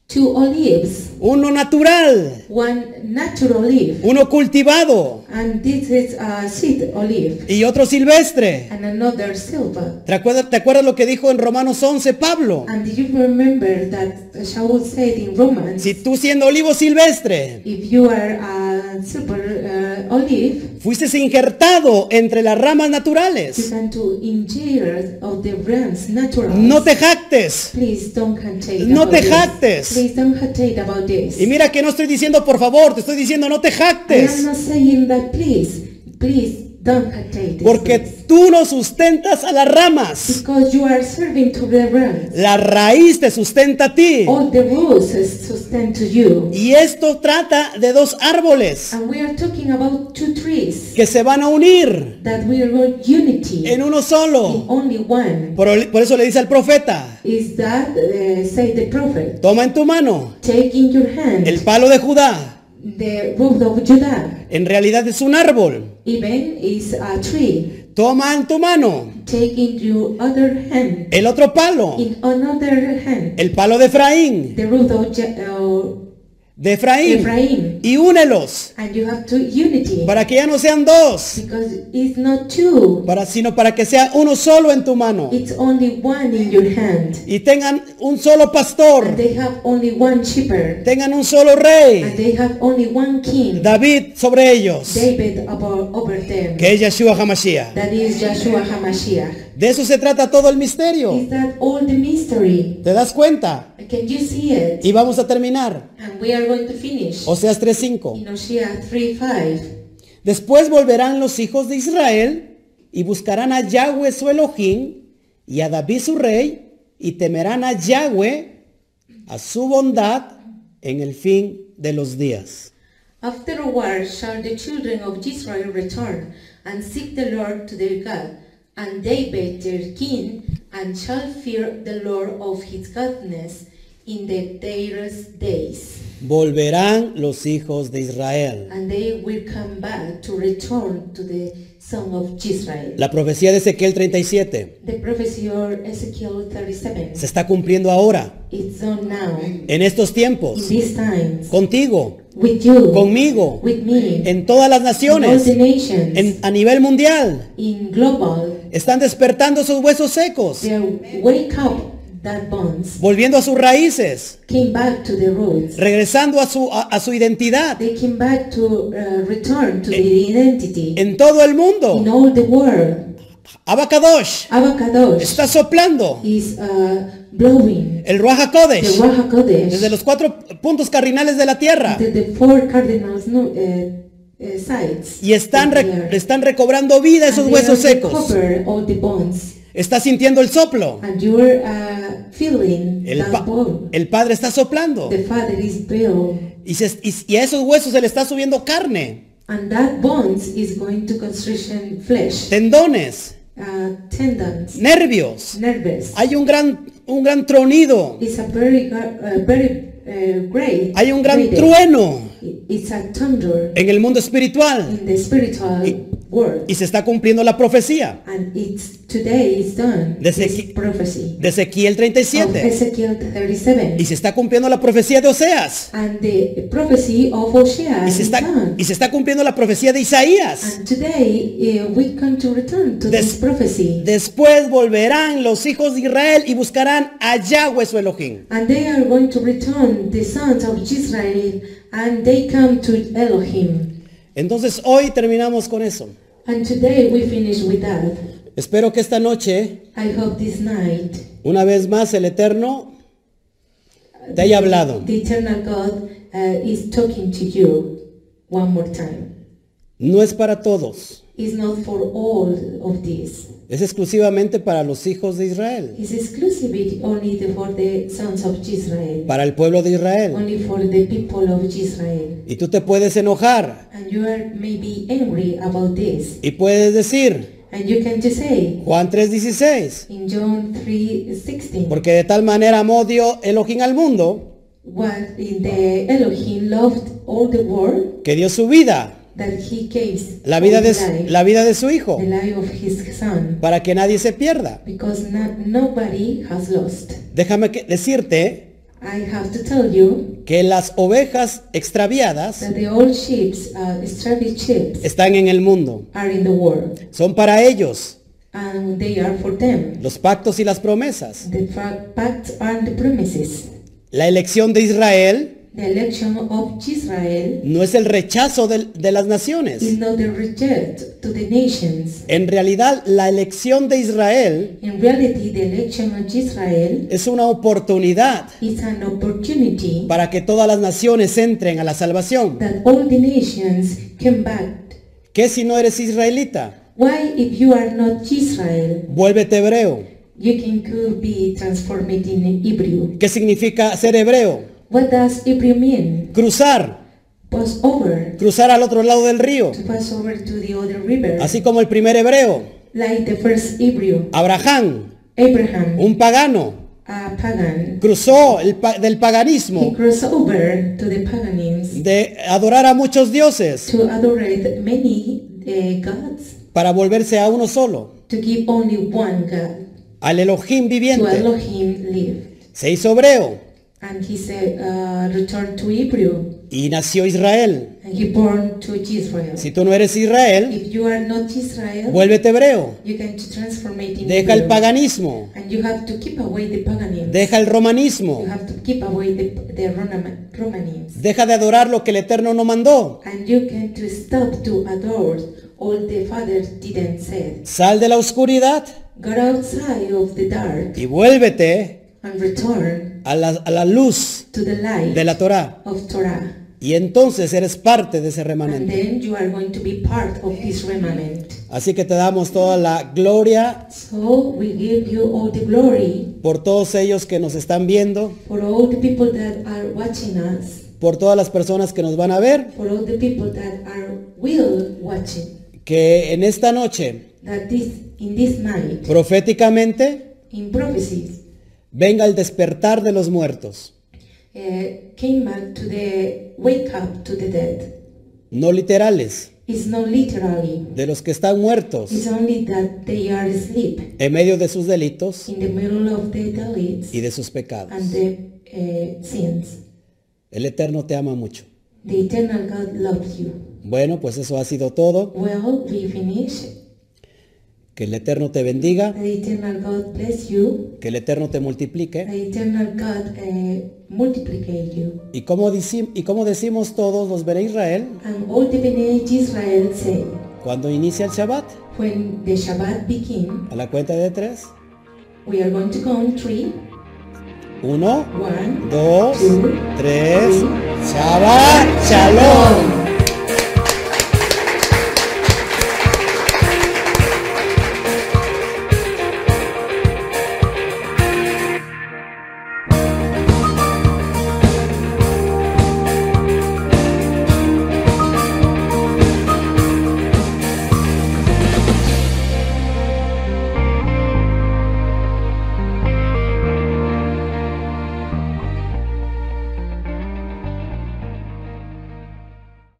two olives, uno natural, one natural olive, uno cultivado and this is a seed olive, y otro silvestre. and another silver. ¿Te acuerdas, te acuerdas lo que dijo en Romanos 11 Pablo? And you remember that Shaul said in Romans, Si tú siendo olivo silvestre if you are a silver uh, olive, fuiste injertado entre las ramas you naturales, can to injure of the brands natural. no te jactes. Please don't hate No about te this. jactes. Please don't hate about this. Y mira que no estoy diciendo por favor, te estoy diciendo no te I am jactes. not saying that please, please don't hate this. Porque please. tú no sustentas a las ramas. because you are serving to the realm. La raíz te sustenta a ti. All the roses sustain to you. Y esto trata de dos árboles And we are talking about two trees que se van a unir that we are all unity en uno in solo. only one. Por, por eso le dice al profeta, Is that, uh, say the prophet, toma en tu mano take in your hand el palo de Judá. the root of Judah. En realidad es un árbol. Even is a tree. Toma en tu mano Take in your other hand, el otro palo, in another hand, el palo de Efraín, the root of Je- uh, de Efraín, Ephraim. y únelos And you have to unity para que ya no sean dos, because it's not two, para, sino para que sea uno solo en tu mano it's only one in your hand. y tengan un solo And pastor, they have only one shepherd, tengan un solo and rey, they have only one king, David sobre ellos, David above, over them. que es Yeshua Hamashiach. That is Joshua HaMashiach. De eso se trata todo el misterio. Is that all the mystery? ¿Te das cuenta? Can you see it? Y vamos a terminar. And we are going to finish Oseas 3:5. in Hosea 3 5. Después volverán los hijos de Israel y buscarán a Yahweh su Elohim y a David su rey y temerán a Yahweh, a su bondad en el fin de los días. After a while shall the children of Israel return and seek the Lord to their God, and David their king, and shall fear the Lord of his godness in the dearest days. Volverán los hijos de Israel. And they will come back to return to the son of Israel. La profecía de Ezequiel 37 The prophecy of Ezekiel 37. se está cumpliendo ahora, It's done now, in en estos tiempos, these times, contigo, with you, conmigo, with me, en todas las in all the naciones, nations, en- a nivel mundial. in global, Están despertando esos huesos secos, they wake up that bonds. volviendo a sus raíces. came back to the roots. regresando a su, a, a su identidad They came back to uh, return to the identity en todo el in mundo. all the world. Abacadosh Avocados está soplando is uh, blowing el Ruach the HaKodesh Raha desde Kodesh, los cuatro puntos cardinales de la tierra the, the four cardinals no, uh, uh, sides. y están, of the re- earth. están recobrando vida And esos they huesos are secos. recover all the bones, Está sintiendo el soplo and you are uh, filling El, that pa- bone. el Padre está soplando. The Father is Bill, Y, se- y- y a esos huesos se le está subiendo carne, and that bones is going to constriction flesh, tendones, uh, tendons, nervios. nervous. Hay un gran, un gran tronido. It's a very, gra- uh, very uh, great. Hay un gran great- trueno It's a thunder en el mundo espiritual. in the spiritual world, Y se está cumpliendo la profecía and it's today is done. Desde this aquí- prophecy de Ezequiel of 37. Ezekiel 37, Y se está cumpliendo la profecía de Oseas. and the prophecy of Hosea Y se is está, done. y se está cumpliendo la profecía de Isaías. And today uh, we come to return to Des- this prophecy. Después volverán los hijos de Israel y buscarán a Yahweh su Elohim. And they are going to return the sons of Israel, and they come to Elohim. Entonces hoy terminamos con eso. And today we finish with that. Espero que esta noche, I hope this night una vez más, el Eterno te haya hablado. the eternal God uh, is talking to you one more time. No es para todos, It's not for all of this. es exclusivamente para los hijos de Israel, It's exclusively only the- for the sons of Israel, para el pueblo de Israel. only for the people of Israel. Y tú te puedes enojar And you are maybe angry about this, y puedes decir, and you can just say Juan 3:16, in John 3:16. porque de tal manera amó Dios Elohim al mundo, What in the Elohim loved all the world que dio su vida, that he gave la vida de, his life, la vida de su hijo, the life of his son, para que nadie se pierda. because no- nobody has lost. Déjame que- decirte I have to tell you que las ovejas extraviadas that the old sheep, uh, stranded sheep, están en el mundo. are in the world, Son para ellos and they are for them. los pactos y las promesas. The fa- facts and the promises. La elección de Israel The election of Israel no es el rechazo del- de, las naciones. is not the reject to the nations. En realidad, la elección de Israel In reality, the election of Israel es una oportunidad is an opportunity para que todas las naciones entren a la salvación. that all the nations came back. ¿Qué si no eres israelita? Why, if you are not Israel, Vuélvete hebreo. you can could be transformed in Hebrew? ¿Qué significa ser hebreo? What does Hebrew mean? Cruzar, Pass over, cruzar al otro lado del río. to pass over to the other river, Así como el primer hebreo, like the first Hebrew, Abraham, Abraham, un pagano, a pagan. cruzó el pa- del He paganismo, crossed over to the paganism de adorar a muchos dioses, to adorate many uh, gods, para volverse a uno solo, to give only one God, al Elohim to viviente. Elohim live. Se hizo hebreo And he said, uh, return to Hebrew. y nació Israel. and he born to Israel. Si tú no eres Israel, If you are not Israel, vuélvete hebreo. you can transform it in Deja el Israel. paganismo, And you have to keep away the paganism. deja el romanismo, You have to keep away the, the Roman- Romanism. deja de adorar lo que el Eterno no mandó. And you can to stop to adore all the Father didn't say. Sal de la oscuridad Go outside of the dark y vuélvete and return a la, a la luz to the light de la Torá. of Torah. Y entonces eres parte de ese And remanente. then you are going to be part of this remnant. Así que te damos toda la gloria So we give you all the glory por todos ellos que nos están viendo, for all the people that are watching us. por todas las personas que nos van a ver, for all the people that are will watching que en esta noche that this in this night proféticamente in prophecies venga el despertar de los muertos. eh, came back to the wake up to the dead No literales, it's not literally de los que están muertos it's only that they are asleep en medio de sus delitos in the middle of the delights y de sus pecados. and the uh, sins El Eterno te ama mucho. the eternal god loves you Bueno, pues eso ha sido todo. well we finish Que el Eterno te bendiga, the eternal god bless you que el Eterno te multiplique. the eternal god uh, multiplicate you Y como, dici- y como decimos todos los Bene Israel, and all the Bene Israel say cuando inicia el Shabbat, When the Shabbat begin, a la cuenta de tres, we are going to count three, uno, one, dos, two, tres, Shabbat, Shalom.